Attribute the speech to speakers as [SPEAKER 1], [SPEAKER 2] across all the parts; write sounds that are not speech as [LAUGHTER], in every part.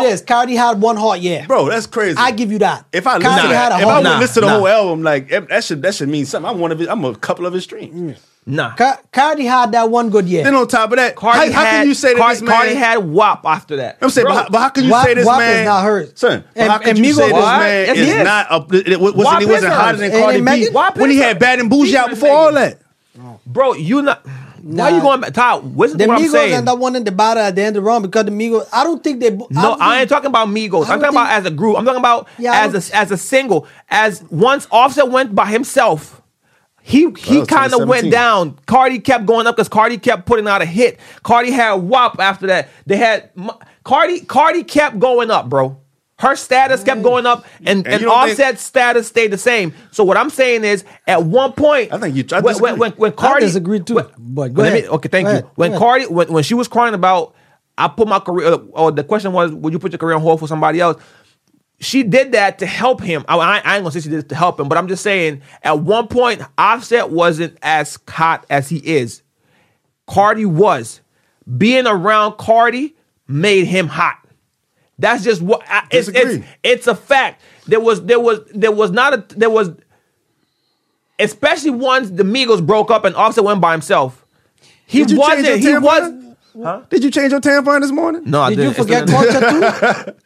[SPEAKER 1] this. Cardi had one heart, yeah.
[SPEAKER 2] bro, that's crazy.
[SPEAKER 1] I give you that.
[SPEAKER 2] If I listen
[SPEAKER 1] Cardi
[SPEAKER 2] to
[SPEAKER 1] had
[SPEAKER 2] that,
[SPEAKER 1] a
[SPEAKER 2] if I
[SPEAKER 1] heart.
[SPEAKER 2] would
[SPEAKER 3] Nah,
[SPEAKER 2] listen to the
[SPEAKER 3] nah.
[SPEAKER 2] whole album, like eh, that should that should mean something. I'm one of his. I'm a couple of his streams.
[SPEAKER 3] Nah.
[SPEAKER 1] Ca- Cardi had that one good year.
[SPEAKER 2] Then on top of that, how,
[SPEAKER 3] Cardi
[SPEAKER 2] how
[SPEAKER 3] had-
[SPEAKER 2] can you say that
[SPEAKER 3] Cardi,
[SPEAKER 2] this man?
[SPEAKER 3] Cardi had WAP after that.
[SPEAKER 2] I'm saying,
[SPEAKER 3] Bro,
[SPEAKER 2] but how, but how can you
[SPEAKER 1] WAP-
[SPEAKER 2] say this
[SPEAKER 1] WAP
[SPEAKER 2] man
[SPEAKER 1] is not hers.
[SPEAKER 2] son? But
[SPEAKER 1] And-
[SPEAKER 2] how can
[SPEAKER 1] and
[SPEAKER 2] you
[SPEAKER 1] Migos
[SPEAKER 2] say this
[SPEAKER 1] is-
[SPEAKER 2] man
[SPEAKER 3] Yes,
[SPEAKER 2] is
[SPEAKER 3] he is.
[SPEAKER 2] not a, it, it wasn't
[SPEAKER 3] WAP
[SPEAKER 2] he
[SPEAKER 3] is
[SPEAKER 2] wasn't
[SPEAKER 3] hers.
[SPEAKER 2] hotter than
[SPEAKER 1] And
[SPEAKER 2] Cardi
[SPEAKER 1] then
[SPEAKER 2] B
[SPEAKER 1] Megan-
[SPEAKER 3] WAP
[SPEAKER 2] when he
[SPEAKER 3] is
[SPEAKER 2] had
[SPEAKER 3] her.
[SPEAKER 2] Bad and Bougie
[SPEAKER 3] She's
[SPEAKER 2] out
[SPEAKER 3] with
[SPEAKER 2] before all
[SPEAKER 3] Megan.
[SPEAKER 2] that.
[SPEAKER 3] Bro, you not. Why
[SPEAKER 1] Nah.
[SPEAKER 3] you going back? Todd, listen
[SPEAKER 1] the
[SPEAKER 3] to what I'm
[SPEAKER 1] Migos
[SPEAKER 3] saying.
[SPEAKER 1] end up winning the battle at the end of the round because the Migos. I don't think they. No,
[SPEAKER 3] No, I ain't talking about Migos.
[SPEAKER 1] I
[SPEAKER 3] I'm
[SPEAKER 1] don't
[SPEAKER 3] talking about
[SPEAKER 1] think-
[SPEAKER 3] as a group. I'm talking about
[SPEAKER 1] Yeah, I
[SPEAKER 3] as a, as a single. As once Offset went by himself, he he
[SPEAKER 2] was
[SPEAKER 3] kind of
[SPEAKER 2] 2017.
[SPEAKER 3] went down. Cardi kept going up because Cardi kept putting out a hit. Cardi had WAP after that. They had M- Cardi. Cardi kept going up, bro. Her status kept going up, and, and,
[SPEAKER 2] you don't think-
[SPEAKER 3] Offset's status stayed the same. So what I'm saying is, at one point,
[SPEAKER 2] I think you- I
[SPEAKER 3] when, when,
[SPEAKER 2] disagree.
[SPEAKER 3] when, when
[SPEAKER 1] I
[SPEAKER 3] Cardi
[SPEAKER 1] disagree too,
[SPEAKER 3] when-
[SPEAKER 1] but go
[SPEAKER 3] let me-
[SPEAKER 1] ahead.
[SPEAKER 3] okay, thank
[SPEAKER 1] Go
[SPEAKER 3] you.
[SPEAKER 1] ahead.
[SPEAKER 3] When
[SPEAKER 1] Go ahead.
[SPEAKER 3] Cardi. Cardi- when, when she was crying about I put my career uh, or the question was would you put your career on hold for somebody else? She did that to help him. I, I- I ain't gonna say she did it to help him, but I'm just saying at one point Offset wasn't as hot as he is. Cardi was. Being around Cardi made him hot. That's just what I, it's, it's
[SPEAKER 2] Disagree.
[SPEAKER 3] it's a fact. There was there was there was not a there was especially once the Migos broke up and Offset went by himself. He
[SPEAKER 2] Did you change
[SPEAKER 3] wasn't. He
[SPEAKER 2] your
[SPEAKER 3] was.
[SPEAKER 2] tampon? Did you change your tampon this morning?
[SPEAKER 3] No, I
[SPEAKER 1] Did
[SPEAKER 3] didn't.
[SPEAKER 1] you
[SPEAKER 3] It's
[SPEAKER 1] forget
[SPEAKER 3] still in
[SPEAKER 1] culture too?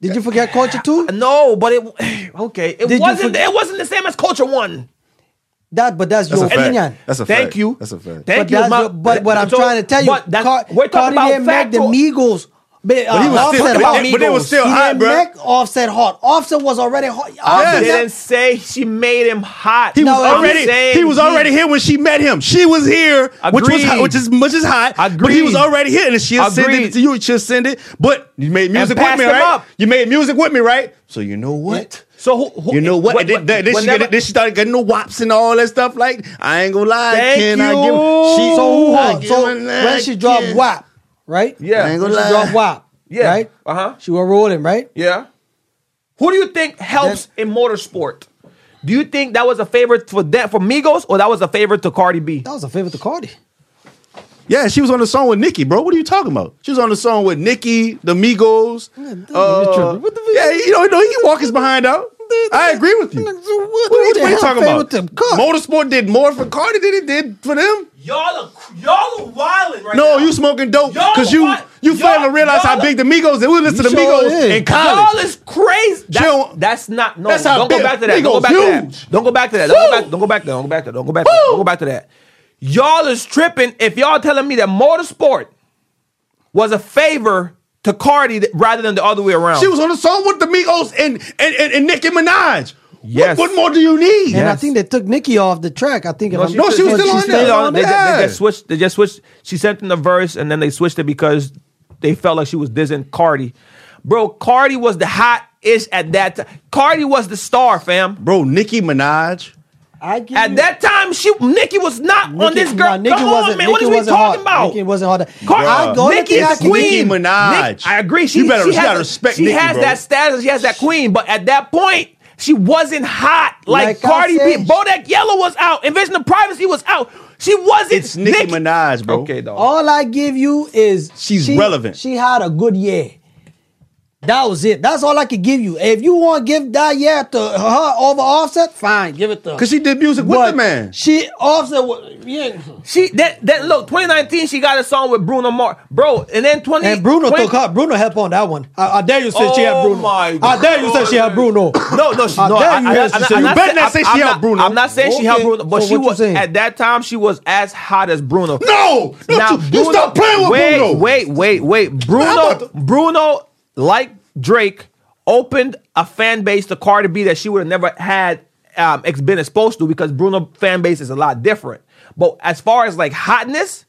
[SPEAKER 1] Did you forget culture too?
[SPEAKER 3] there. No, but it [SIGHS] okay. It
[SPEAKER 1] Did you
[SPEAKER 3] wasn't.
[SPEAKER 1] forget-
[SPEAKER 3] It wasn't the same as Culture One.
[SPEAKER 1] That, but that's,
[SPEAKER 2] That's
[SPEAKER 1] your
[SPEAKER 2] a fact.
[SPEAKER 1] opinion.
[SPEAKER 2] That's a fact.
[SPEAKER 3] Thank you.
[SPEAKER 2] That's a fact.
[SPEAKER 1] but,
[SPEAKER 3] Thank you.
[SPEAKER 1] that's
[SPEAKER 3] My-
[SPEAKER 1] your- but what I'm
[SPEAKER 3] so-
[SPEAKER 1] trying to tell you,
[SPEAKER 3] but that's-
[SPEAKER 1] Car-
[SPEAKER 3] we're
[SPEAKER 1] Cardi
[SPEAKER 3] talking about
[SPEAKER 1] didn't make the
[SPEAKER 3] factual.
[SPEAKER 1] Migos. But, uh,
[SPEAKER 2] he was still-
[SPEAKER 1] offset
[SPEAKER 2] but
[SPEAKER 1] hot.
[SPEAKER 2] they- but they was
[SPEAKER 1] Migos.
[SPEAKER 2] still
[SPEAKER 1] he
[SPEAKER 2] hot,
[SPEAKER 1] didn't
[SPEAKER 2] bruh.
[SPEAKER 1] Make offset hot. Offset was already hot.
[SPEAKER 3] I
[SPEAKER 1] Offset-
[SPEAKER 3] didn't say she made him hot.
[SPEAKER 2] He was
[SPEAKER 1] No, I'm
[SPEAKER 2] already
[SPEAKER 3] saying
[SPEAKER 2] he was already here when she met him. She was here, which was hot,
[SPEAKER 3] Agreed.
[SPEAKER 2] which is much as hot. But he was
[SPEAKER 3] Agreed.
[SPEAKER 2] already here, and she'll send it
[SPEAKER 3] Agreed.
[SPEAKER 2] to you. She'll send it. But you made music with
[SPEAKER 3] passed
[SPEAKER 2] me,
[SPEAKER 3] him
[SPEAKER 2] right?
[SPEAKER 3] up.
[SPEAKER 2] You made music with me, right? So you know what?
[SPEAKER 3] So who, who
[SPEAKER 2] You know what? And then, then, she,
[SPEAKER 3] whenever-
[SPEAKER 2] got- then she started getting the wops and all that stuff. Like I ain't gonna lie,
[SPEAKER 3] Thank
[SPEAKER 2] can I
[SPEAKER 3] you.
[SPEAKER 2] give? She,
[SPEAKER 1] So, who
[SPEAKER 2] I
[SPEAKER 1] hot?
[SPEAKER 2] give
[SPEAKER 1] so
[SPEAKER 2] a
[SPEAKER 1] when she
[SPEAKER 2] like,
[SPEAKER 1] dropped
[SPEAKER 2] yeah.
[SPEAKER 1] WAP, right?
[SPEAKER 3] Yeah. I ain't
[SPEAKER 1] When
[SPEAKER 2] gonna
[SPEAKER 1] she
[SPEAKER 2] lie.
[SPEAKER 1] dropped WAP,
[SPEAKER 3] Yeah.
[SPEAKER 1] right?
[SPEAKER 3] Uh-huh.
[SPEAKER 1] She was rolling, right?
[SPEAKER 3] Yeah. Who do you think helps in motorsport? Do you think that was a favor for that for Migos or that was a favor to Cardi B?
[SPEAKER 1] That was a favorite to Cardi.
[SPEAKER 2] Yeah, she was on the song with Nicki, bro. What are you talking about? She was on the song with Nicki, the Migos.
[SPEAKER 1] dude,
[SPEAKER 2] uh,
[SPEAKER 1] you tripping. What the-
[SPEAKER 2] yeah, you know, you know, he can walk his behind out. I agree with you.
[SPEAKER 1] What-
[SPEAKER 2] What,
[SPEAKER 1] what
[SPEAKER 2] what
[SPEAKER 1] the
[SPEAKER 2] are you
[SPEAKER 1] hell
[SPEAKER 2] talking
[SPEAKER 1] favor
[SPEAKER 2] about?
[SPEAKER 1] to Cardi?
[SPEAKER 2] Motorsport did more for Cardi than it did for them.
[SPEAKER 3] Y'all are y'all are wilding right
[SPEAKER 2] No, you smoking dope
[SPEAKER 3] Y'all
[SPEAKER 2] because you
[SPEAKER 3] what?
[SPEAKER 2] you
[SPEAKER 3] Y'all-
[SPEAKER 2] fail to realize how
[SPEAKER 3] y'all-
[SPEAKER 2] big the Migos is. We listen to
[SPEAKER 1] You
[SPEAKER 2] the
[SPEAKER 1] sure
[SPEAKER 2] Migos
[SPEAKER 1] is.
[SPEAKER 2] in college.
[SPEAKER 3] Y'all is crazy. That's,
[SPEAKER 2] Chill.
[SPEAKER 3] that's not. No,
[SPEAKER 2] That's how
[SPEAKER 3] don't go
[SPEAKER 2] big-
[SPEAKER 3] back to that. Don't go
[SPEAKER 2] Migos
[SPEAKER 3] back to
[SPEAKER 2] huge.
[SPEAKER 3] that. Don't go back to that. Don't go back. Don't go back to that. Don't go back to that. Don't go back to that. Don't go back to that. Y'all is tripping if y'all telling me that motorsport was a favor to Cardi th- rather than the other way around.
[SPEAKER 2] She was on the song with the Migos and and and, and Nicki Minaj.
[SPEAKER 3] Yes.
[SPEAKER 2] What, what more do you need?
[SPEAKER 1] And I
[SPEAKER 3] Yes.
[SPEAKER 1] think they took Nicki off the track. I think if I'm-
[SPEAKER 2] she- No, she was still
[SPEAKER 1] she's
[SPEAKER 2] on
[SPEAKER 3] she's
[SPEAKER 2] there.
[SPEAKER 3] still on. They, ju-
[SPEAKER 2] Yeah.
[SPEAKER 3] they just switched. They just switched. She sent in the verse, and then they switched it because they felt like she was dissing Cardi. Bro, Cardi was the hot ish at that time. Cardi was the star, fam.
[SPEAKER 2] Bro, Nicki Minaj.
[SPEAKER 1] I give
[SPEAKER 3] At
[SPEAKER 1] you-
[SPEAKER 3] that time, she Nikki was not on
[SPEAKER 1] Nicki-
[SPEAKER 3] this girl.
[SPEAKER 1] nah, Nicki
[SPEAKER 3] Come
[SPEAKER 1] wasn't,
[SPEAKER 3] on, man.
[SPEAKER 1] Nicki
[SPEAKER 3] what are we
[SPEAKER 1] wasn't hot.
[SPEAKER 3] talking about?
[SPEAKER 1] Nicki wasn't hot.
[SPEAKER 3] Cardi,
[SPEAKER 1] I, the only
[SPEAKER 3] Nicki
[SPEAKER 1] thing I
[SPEAKER 3] is
[SPEAKER 1] can-
[SPEAKER 3] queen.
[SPEAKER 2] Nicki Minaj.
[SPEAKER 3] Nick- I agree. She,
[SPEAKER 2] You better-
[SPEAKER 3] she
[SPEAKER 2] you
[SPEAKER 3] has,
[SPEAKER 2] gotta
[SPEAKER 3] a-
[SPEAKER 2] respect
[SPEAKER 3] She
[SPEAKER 2] Nicki,
[SPEAKER 3] has
[SPEAKER 2] bro.
[SPEAKER 3] that status. She has that queen. But at that point, she wasn't hot like,
[SPEAKER 1] Like I
[SPEAKER 3] Cardi B.
[SPEAKER 1] said.
[SPEAKER 3] Bodak Yellow was out. Invasion of Privacy was out. She wasn't.
[SPEAKER 2] It's Nicki Minaj, bro.
[SPEAKER 3] Okay, dog.
[SPEAKER 1] All I give you is
[SPEAKER 2] She's
[SPEAKER 1] she-
[SPEAKER 2] relevant.
[SPEAKER 1] She had a good year. That was it. That's all I could give you. If you want to give that year to her over Offset, fine, give it to her.
[SPEAKER 2] Cause she did music with
[SPEAKER 1] But
[SPEAKER 2] the man.
[SPEAKER 1] She Offset was yeah.
[SPEAKER 3] She that that look 2019 she got a song with Bruno Mars, bro, and then 20
[SPEAKER 1] And Bruno
[SPEAKER 3] 20
[SPEAKER 1] took her. Bruno helped on that one. I, I dare you say she had
[SPEAKER 3] Oh
[SPEAKER 1] Bruno.
[SPEAKER 3] my
[SPEAKER 1] I dare you say she had
[SPEAKER 3] God.
[SPEAKER 1] Bruno.
[SPEAKER 3] No, no,
[SPEAKER 2] Uh,
[SPEAKER 3] she,
[SPEAKER 1] I
[SPEAKER 3] no.
[SPEAKER 1] dare
[SPEAKER 3] I,
[SPEAKER 1] you
[SPEAKER 3] I,
[SPEAKER 1] hear
[SPEAKER 3] I,
[SPEAKER 1] us to
[SPEAKER 3] I,
[SPEAKER 1] say-
[SPEAKER 3] I'm
[SPEAKER 1] You
[SPEAKER 2] better not
[SPEAKER 3] I'm-
[SPEAKER 2] say she
[SPEAKER 3] I'm
[SPEAKER 2] helped
[SPEAKER 3] not-
[SPEAKER 2] Bruno.
[SPEAKER 3] I'm not saying she helped
[SPEAKER 1] Okay,
[SPEAKER 3] Bruno, but
[SPEAKER 1] so
[SPEAKER 3] she
[SPEAKER 1] what you
[SPEAKER 3] was
[SPEAKER 1] saying?
[SPEAKER 3] at that time. She was as hot as Bruno.
[SPEAKER 2] No! Don't you- you stop playing with
[SPEAKER 3] wait,
[SPEAKER 2] Bruno.
[SPEAKER 3] Wait, wait, wait.
[SPEAKER 2] How
[SPEAKER 3] Bruno,
[SPEAKER 2] about the-
[SPEAKER 3] Bruno, like Drake, opened a fan base to Cardi B that she would have never had um, ex- been exposed to because Bruno fan base is a lot different. But as far as like hotness.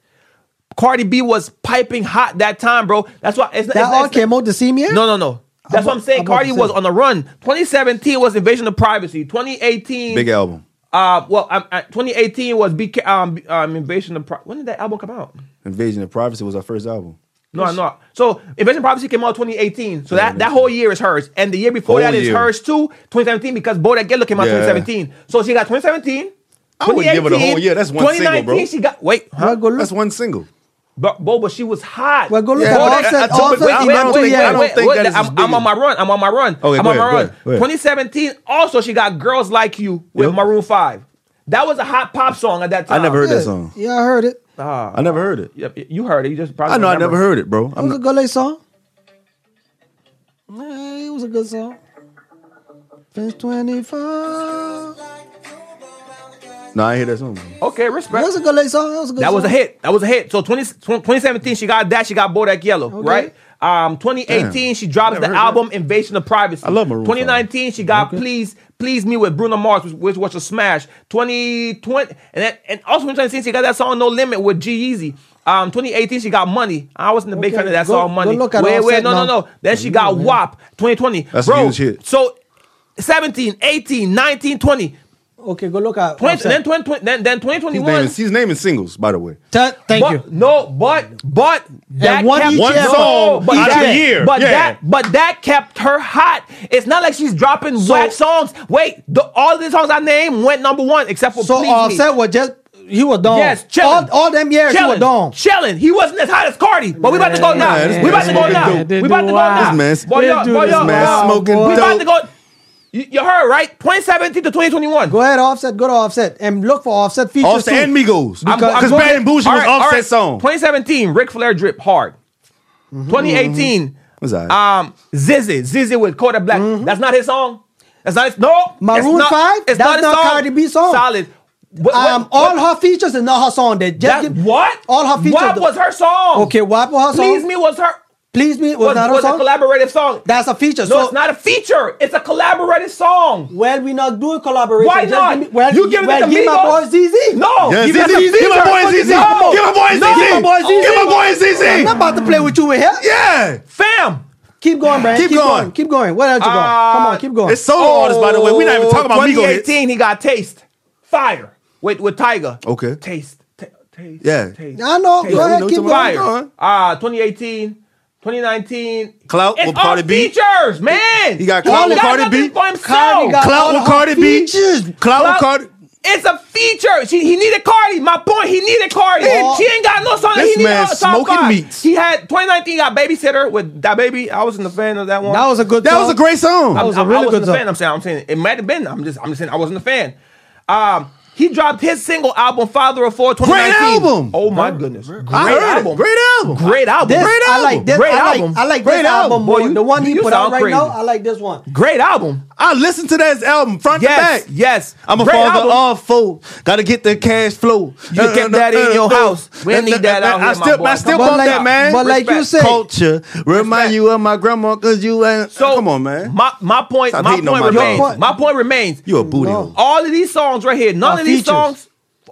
[SPEAKER 3] Cardi B was piping hot that time, bro. That's why it's, not-
[SPEAKER 1] That
[SPEAKER 3] it's, not-
[SPEAKER 1] all came out the same year.
[SPEAKER 3] no, no, no. That's what I'm saying.
[SPEAKER 1] I'm about
[SPEAKER 3] Cardi
[SPEAKER 1] to say.
[SPEAKER 3] was on the run. 2017 was Invasion of Privacy. 2018,
[SPEAKER 2] Big album.
[SPEAKER 3] Uh, well, um, uh, 2018 was BK, um, um, Invasion of Pri- When did that album come out?
[SPEAKER 2] Invasion of Privacy was our first album.
[SPEAKER 3] No, I know. So Invasion of Privacy came out 2018. So that, that whole year is hers, and the year before
[SPEAKER 2] Whole
[SPEAKER 3] that is
[SPEAKER 2] year.
[SPEAKER 3] hers too. 2017 because Bodak Yellow came out
[SPEAKER 2] Yeah.
[SPEAKER 3] 2017. So she got 2017.
[SPEAKER 2] I wouldn't give it a
[SPEAKER 3] 2018,
[SPEAKER 2] whole year. That's one single, bro.
[SPEAKER 3] 2019 she got wait. huh?
[SPEAKER 1] Regular.
[SPEAKER 2] That's one single.
[SPEAKER 3] But Boba, she was hot.
[SPEAKER 1] Well, go look
[SPEAKER 2] Yeah,
[SPEAKER 1] at
[SPEAKER 2] but I-
[SPEAKER 1] Offset.
[SPEAKER 2] I- but
[SPEAKER 1] offset,
[SPEAKER 2] I
[SPEAKER 3] Wait,
[SPEAKER 1] he
[SPEAKER 2] don't
[SPEAKER 3] wait,
[SPEAKER 1] done
[SPEAKER 3] wait,
[SPEAKER 1] two
[SPEAKER 3] wait,
[SPEAKER 1] years.
[SPEAKER 2] I don't
[SPEAKER 3] wait,
[SPEAKER 2] think
[SPEAKER 3] wait,
[SPEAKER 2] that is
[SPEAKER 3] I'm,
[SPEAKER 2] as big
[SPEAKER 3] I'm on
[SPEAKER 2] as-
[SPEAKER 3] my run. I'm on my run.
[SPEAKER 2] Okay,
[SPEAKER 3] I'm
[SPEAKER 2] go
[SPEAKER 3] on my
[SPEAKER 2] ahead, go
[SPEAKER 3] run.
[SPEAKER 2] ahead, go ahead.
[SPEAKER 3] 2017, also she got girls like you with
[SPEAKER 2] Yep.
[SPEAKER 3] Maroon Five. That was a hot pop song at that
[SPEAKER 2] I
[SPEAKER 3] time. Ah,
[SPEAKER 2] never heard
[SPEAKER 1] yeah.
[SPEAKER 2] that song.
[SPEAKER 1] Yeah, I heard it.
[SPEAKER 2] I never heard it.
[SPEAKER 3] Yep, you heard it. You just probably
[SPEAKER 2] I know I
[SPEAKER 3] remember.
[SPEAKER 2] never heard it, bro.
[SPEAKER 1] It
[SPEAKER 2] I'm
[SPEAKER 1] was a
[SPEAKER 2] not,
[SPEAKER 1] good late song. Eh, it was a good song. Since 24.
[SPEAKER 2] no, I ain't hear that song.
[SPEAKER 3] Okay,
[SPEAKER 1] That
[SPEAKER 3] respect.
[SPEAKER 1] was a good late song. That was a good
[SPEAKER 3] That
[SPEAKER 1] song.
[SPEAKER 3] was a hit. That was a hit. So 20, 2017, she got that. She got Bodak Yellow,
[SPEAKER 1] Okay.
[SPEAKER 3] right? Um, 2018,
[SPEAKER 2] Damn.
[SPEAKER 3] she drops
[SPEAKER 2] Never
[SPEAKER 3] the
[SPEAKER 2] heard
[SPEAKER 3] album Invasion of Privacy.
[SPEAKER 2] I love Maroon five.
[SPEAKER 3] 2019, she got Please Please Me with Bruno Mars, which, which was a smash. 2020, and that, and also 2019, she got that song No Limit with G Easy. Um, 2018, she got Money. I wasn't a big
[SPEAKER 1] Okay,
[SPEAKER 3] fan of that
[SPEAKER 1] go-
[SPEAKER 3] song,
[SPEAKER 1] go
[SPEAKER 3] Money.
[SPEAKER 1] look at
[SPEAKER 3] wait, wait,
[SPEAKER 1] Offset
[SPEAKER 3] no, no,
[SPEAKER 1] now.
[SPEAKER 3] no. Then she got
[SPEAKER 1] man.
[SPEAKER 3] WAP 2020.
[SPEAKER 2] That's a
[SPEAKER 3] Bro,
[SPEAKER 2] huge hit.
[SPEAKER 3] So 17, 18, 19, 20, 20
[SPEAKER 1] Okay, go look at.
[SPEAKER 3] and then
[SPEAKER 1] Offset.
[SPEAKER 3] 20, then, then
[SPEAKER 2] He's
[SPEAKER 3] 2021.
[SPEAKER 2] naming, he's naming singles, by the way.
[SPEAKER 1] Ta- Thank
[SPEAKER 3] but,
[SPEAKER 1] you.
[SPEAKER 3] No, but but that
[SPEAKER 1] one
[SPEAKER 3] kept
[SPEAKER 1] each One album.
[SPEAKER 2] song
[SPEAKER 3] but
[SPEAKER 2] each
[SPEAKER 3] that-
[SPEAKER 2] album. year.
[SPEAKER 3] But
[SPEAKER 2] Yeah.
[SPEAKER 3] that but that kept her hot. It's not like she's dropping whack songs. Wait, the, all the songs I named went number one except for
[SPEAKER 1] So
[SPEAKER 3] Please
[SPEAKER 2] uh,
[SPEAKER 1] Offset
[SPEAKER 3] Me.
[SPEAKER 1] was just. He was done.
[SPEAKER 3] Yes,
[SPEAKER 1] all,
[SPEAKER 3] chillin'.
[SPEAKER 1] all them years he was
[SPEAKER 3] Chillin',
[SPEAKER 1] done.
[SPEAKER 3] chillin'. He wasn't as hot as Cardi, but we about to go now.
[SPEAKER 2] Man, this
[SPEAKER 3] we about
[SPEAKER 2] man
[SPEAKER 3] to go
[SPEAKER 2] smoking
[SPEAKER 3] now.
[SPEAKER 2] dope.
[SPEAKER 3] We about to go now.
[SPEAKER 2] This man-
[SPEAKER 3] boy,
[SPEAKER 1] This
[SPEAKER 3] y'all-
[SPEAKER 1] dude
[SPEAKER 3] boy,
[SPEAKER 1] is
[SPEAKER 3] y'all-
[SPEAKER 1] mad
[SPEAKER 2] Man,
[SPEAKER 1] Wow,
[SPEAKER 2] smoking
[SPEAKER 1] boy.
[SPEAKER 3] We about
[SPEAKER 2] dope.
[SPEAKER 3] to go. You, you heard right? 2017 to 2021.
[SPEAKER 1] Go ahead, Offset. Go to Offset and look for Offset features.
[SPEAKER 2] Offset
[SPEAKER 1] too.
[SPEAKER 2] and Migos.
[SPEAKER 1] I'm-
[SPEAKER 3] go-
[SPEAKER 2] Because
[SPEAKER 3] going-
[SPEAKER 2] Bad and Bougie
[SPEAKER 3] All
[SPEAKER 2] was
[SPEAKER 3] right, all right.
[SPEAKER 2] Offset song.
[SPEAKER 3] 2017, Ric Flair drip hard.
[SPEAKER 2] Mm-hmm.
[SPEAKER 3] 2018,
[SPEAKER 2] It's all right.
[SPEAKER 3] um, Zizzy, Zizzy with Kodak Black. That's not his song. That's not his. No,
[SPEAKER 1] Mm-hmm. Maroon
[SPEAKER 3] it's not,
[SPEAKER 1] five?
[SPEAKER 3] It's
[SPEAKER 1] That's
[SPEAKER 3] not, his
[SPEAKER 1] not
[SPEAKER 3] song.
[SPEAKER 1] Cardi B song.
[SPEAKER 3] Solid. What,
[SPEAKER 1] Um,
[SPEAKER 3] what-
[SPEAKER 1] all her
[SPEAKER 3] what-
[SPEAKER 1] features and not her song. They just
[SPEAKER 3] that-
[SPEAKER 1] give-
[SPEAKER 3] what?
[SPEAKER 1] All her features.
[SPEAKER 3] What was her song?
[SPEAKER 1] Okay, what was her song?
[SPEAKER 3] Please me was her.
[SPEAKER 1] Please me was,
[SPEAKER 3] Was,
[SPEAKER 1] not her
[SPEAKER 3] was a
[SPEAKER 1] song.
[SPEAKER 3] collaborative song.
[SPEAKER 1] That's a feature.
[SPEAKER 3] no,
[SPEAKER 1] so
[SPEAKER 3] it's not a feature. It's a collaborative song.
[SPEAKER 1] Well, we not doing collaboration.
[SPEAKER 3] Why
[SPEAKER 1] Just give
[SPEAKER 3] not?
[SPEAKER 1] me- well,
[SPEAKER 3] you giving
[SPEAKER 1] well,
[SPEAKER 3] it to
[SPEAKER 1] give
[SPEAKER 3] me?
[SPEAKER 1] my boy ZZ.
[SPEAKER 3] No,
[SPEAKER 2] Yeah,
[SPEAKER 3] give
[SPEAKER 2] ZZ.
[SPEAKER 3] it to
[SPEAKER 2] Give my
[SPEAKER 3] Feature.
[SPEAKER 2] boy ZZ.
[SPEAKER 3] No.
[SPEAKER 2] Give my boy
[SPEAKER 3] No.
[SPEAKER 2] ZZ.
[SPEAKER 1] Give my boy ZZ.
[SPEAKER 2] Give my boy
[SPEAKER 1] I'm not
[SPEAKER 2] ZZ.
[SPEAKER 1] about to play with you in here.
[SPEAKER 2] Yeah.
[SPEAKER 3] Fam,
[SPEAKER 1] Keep going, Brand.
[SPEAKER 2] Keep going.
[SPEAKER 1] Keep going. Where else you going?
[SPEAKER 3] Uh,
[SPEAKER 1] Come on, keep going.
[SPEAKER 2] It's solo
[SPEAKER 3] Oh.
[SPEAKER 1] Oh,
[SPEAKER 2] artists, by the way. We're not even talking about Migos. hits.
[SPEAKER 3] 2018, he got Taste. Fire. With, with Tiger.
[SPEAKER 1] Oh.
[SPEAKER 2] Okay.
[SPEAKER 3] Taste. Ta- taste.
[SPEAKER 2] Yeah.
[SPEAKER 3] Taste.
[SPEAKER 1] I know.
[SPEAKER 3] Taste.
[SPEAKER 1] Go
[SPEAKER 2] we
[SPEAKER 1] ahead,
[SPEAKER 2] know
[SPEAKER 1] keep
[SPEAKER 2] somebody-
[SPEAKER 1] going.
[SPEAKER 2] Go
[SPEAKER 3] Fire.
[SPEAKER 2] on.
[SPEAKER 3] Ah, 2018, 2019.
[SPEAKER 2] Clout
[SPEAKER 3] It's
[SPEAKER 2] with
[SPEAKER 3] all
[SPEAKER 2] Cardi B.
[SPEAKER 3] features, man.
[SPEAKER 2] He got clout
[SPEAKER 3] He
[SPEAKER 2] with Cardi
[SPEAKER 3] nothing
[SPEAKER 2] B.
[SPEAKER 3] for himself.
[SPEAKER 1] Cardi got-
[SPEAKER 2] Clout with Cardi B.
[SPEAKER 1] Features.
[SPEAKER 2] Clout with
[SPEAKER 3] Clout-
[SPEAKER 2] Cardi.
[SPEAKER 3] It's a feature. She, he needed Cardi. My point, he needed Cardi.
[SPEAKER 1] Oh.
[SPEAKER 3] She ain't got no song. that
[SPEAKER 2] This
[SPEAKER 3] he needed
[SPEAKER 2] man
[SPEAKER 3] on the top
[SPEAKER 2] smoking
[SPEAKER 3] five.
[SPEAKER 2] meats.
[SPEAKER 3] He had 2019. He got babysitter with that baby. I wasn't a fan of that one.
[SPEAKER 1] That was a good.
[SPEAKER 2] That
[SPEAKER 1] song.
[SPEAKER 2] was a great
[SPEAKER 3] I
[SPEAKER 2] song.
[SPEAKER 1] was a really
[SPEAKER 3] I wasn't
[SPEAKER 1] good
[SPEAKER 3] a
[SPEAKER 1] song.
[SPEAKER 3] fan. I'm saying, I'm saying it might have been. I'm just, I'm just saying I wasn't a fan. Um, he dropped his single album, Father of Four, 2019.
[SPEAKER 2] album.
[SPEAKER 3] Oh my goodness, great
[SPEAKER 2] I heard
[SPEAKER 3] album,
[SPEAKER 2] it. Great album.
[SPEAKER 3] Great album,
[SPEAKER 1] This,
[SPEAKER 3] great
[SPEAKER 1] I
[SPEAKER 3] album,
[SPEAKER 1] like this.
[SPEAKER 3] great
[SPEAKER 1] I like,
[SPEAKER 3] album,
[SPEAKER 1] I like
[SPEAKER 2] Great
[SPEAKER 1] this album.
[SPEAKER 2] album.
[SPEAKER 1] more.
[SPEAKER 3] Boy, you-
[SPEAKER 1] the one he
[SPEAKER 3] you
[SPEAKER 1] put out
[SPEAKER 3] sound
[SPEAKER 1] right now.
[SPEAKER 3] crazy.
[SPEAKER 1] I like this one.
[SPEAKER 3] great album.
[SPEAKER 2] I listened to that album front
[SPEAKER 3] Yes,
[SPEAKER 2] to back.
[SPEAKER 3] yes.
[SPEAKER 2] I'm a
[SPEAKER 3] Great
[SPEAKER 2] father
[SPEAKER 3] album.
[SPEAKER 2] of four. Gotta get the cash flow. Uh,
[SPEAKER 3] You can keep that in your house. We ain't need that
[SPEAKER 2] I
[SPEAKER 3] out here, my
[SPEAKER 2] still,
[SPEAKER 3] boy.
[SPEAKER 2] I still
[SPEAKER 3] But
[SPEAKER 2] bought
[SPEAKER 1] like-
[SPEAKER 2] that, man.
[SPEAKER 1] but like you said-
[SPEAKER 2] culture remind you of my grandma because you ain't.
[SPEAKER 3] So
[SPEAKER 2] come on, man.
[SPEAKER 3] My my point,
[SPEAKER 2] Stop
[SPEAKER 3] my
[SPEAKER 2] hating on
[SPEAKER 3] point
[SPEAKER 2] my
[SPEAKER 3] remains.
[SPEAKER 1] dog.
[SPEAKER 3] My point remains.
[SPEAKER 2] you a booty
[SPEAKER 1] No.
[SPEAKER 2] hole.
[SPEAKER 3] all of these songs right here, none
[SPEAKER 1] Are
[SPEAKER 3] of these
[SPEAKER 1] features.
[SPEAKER 3] songs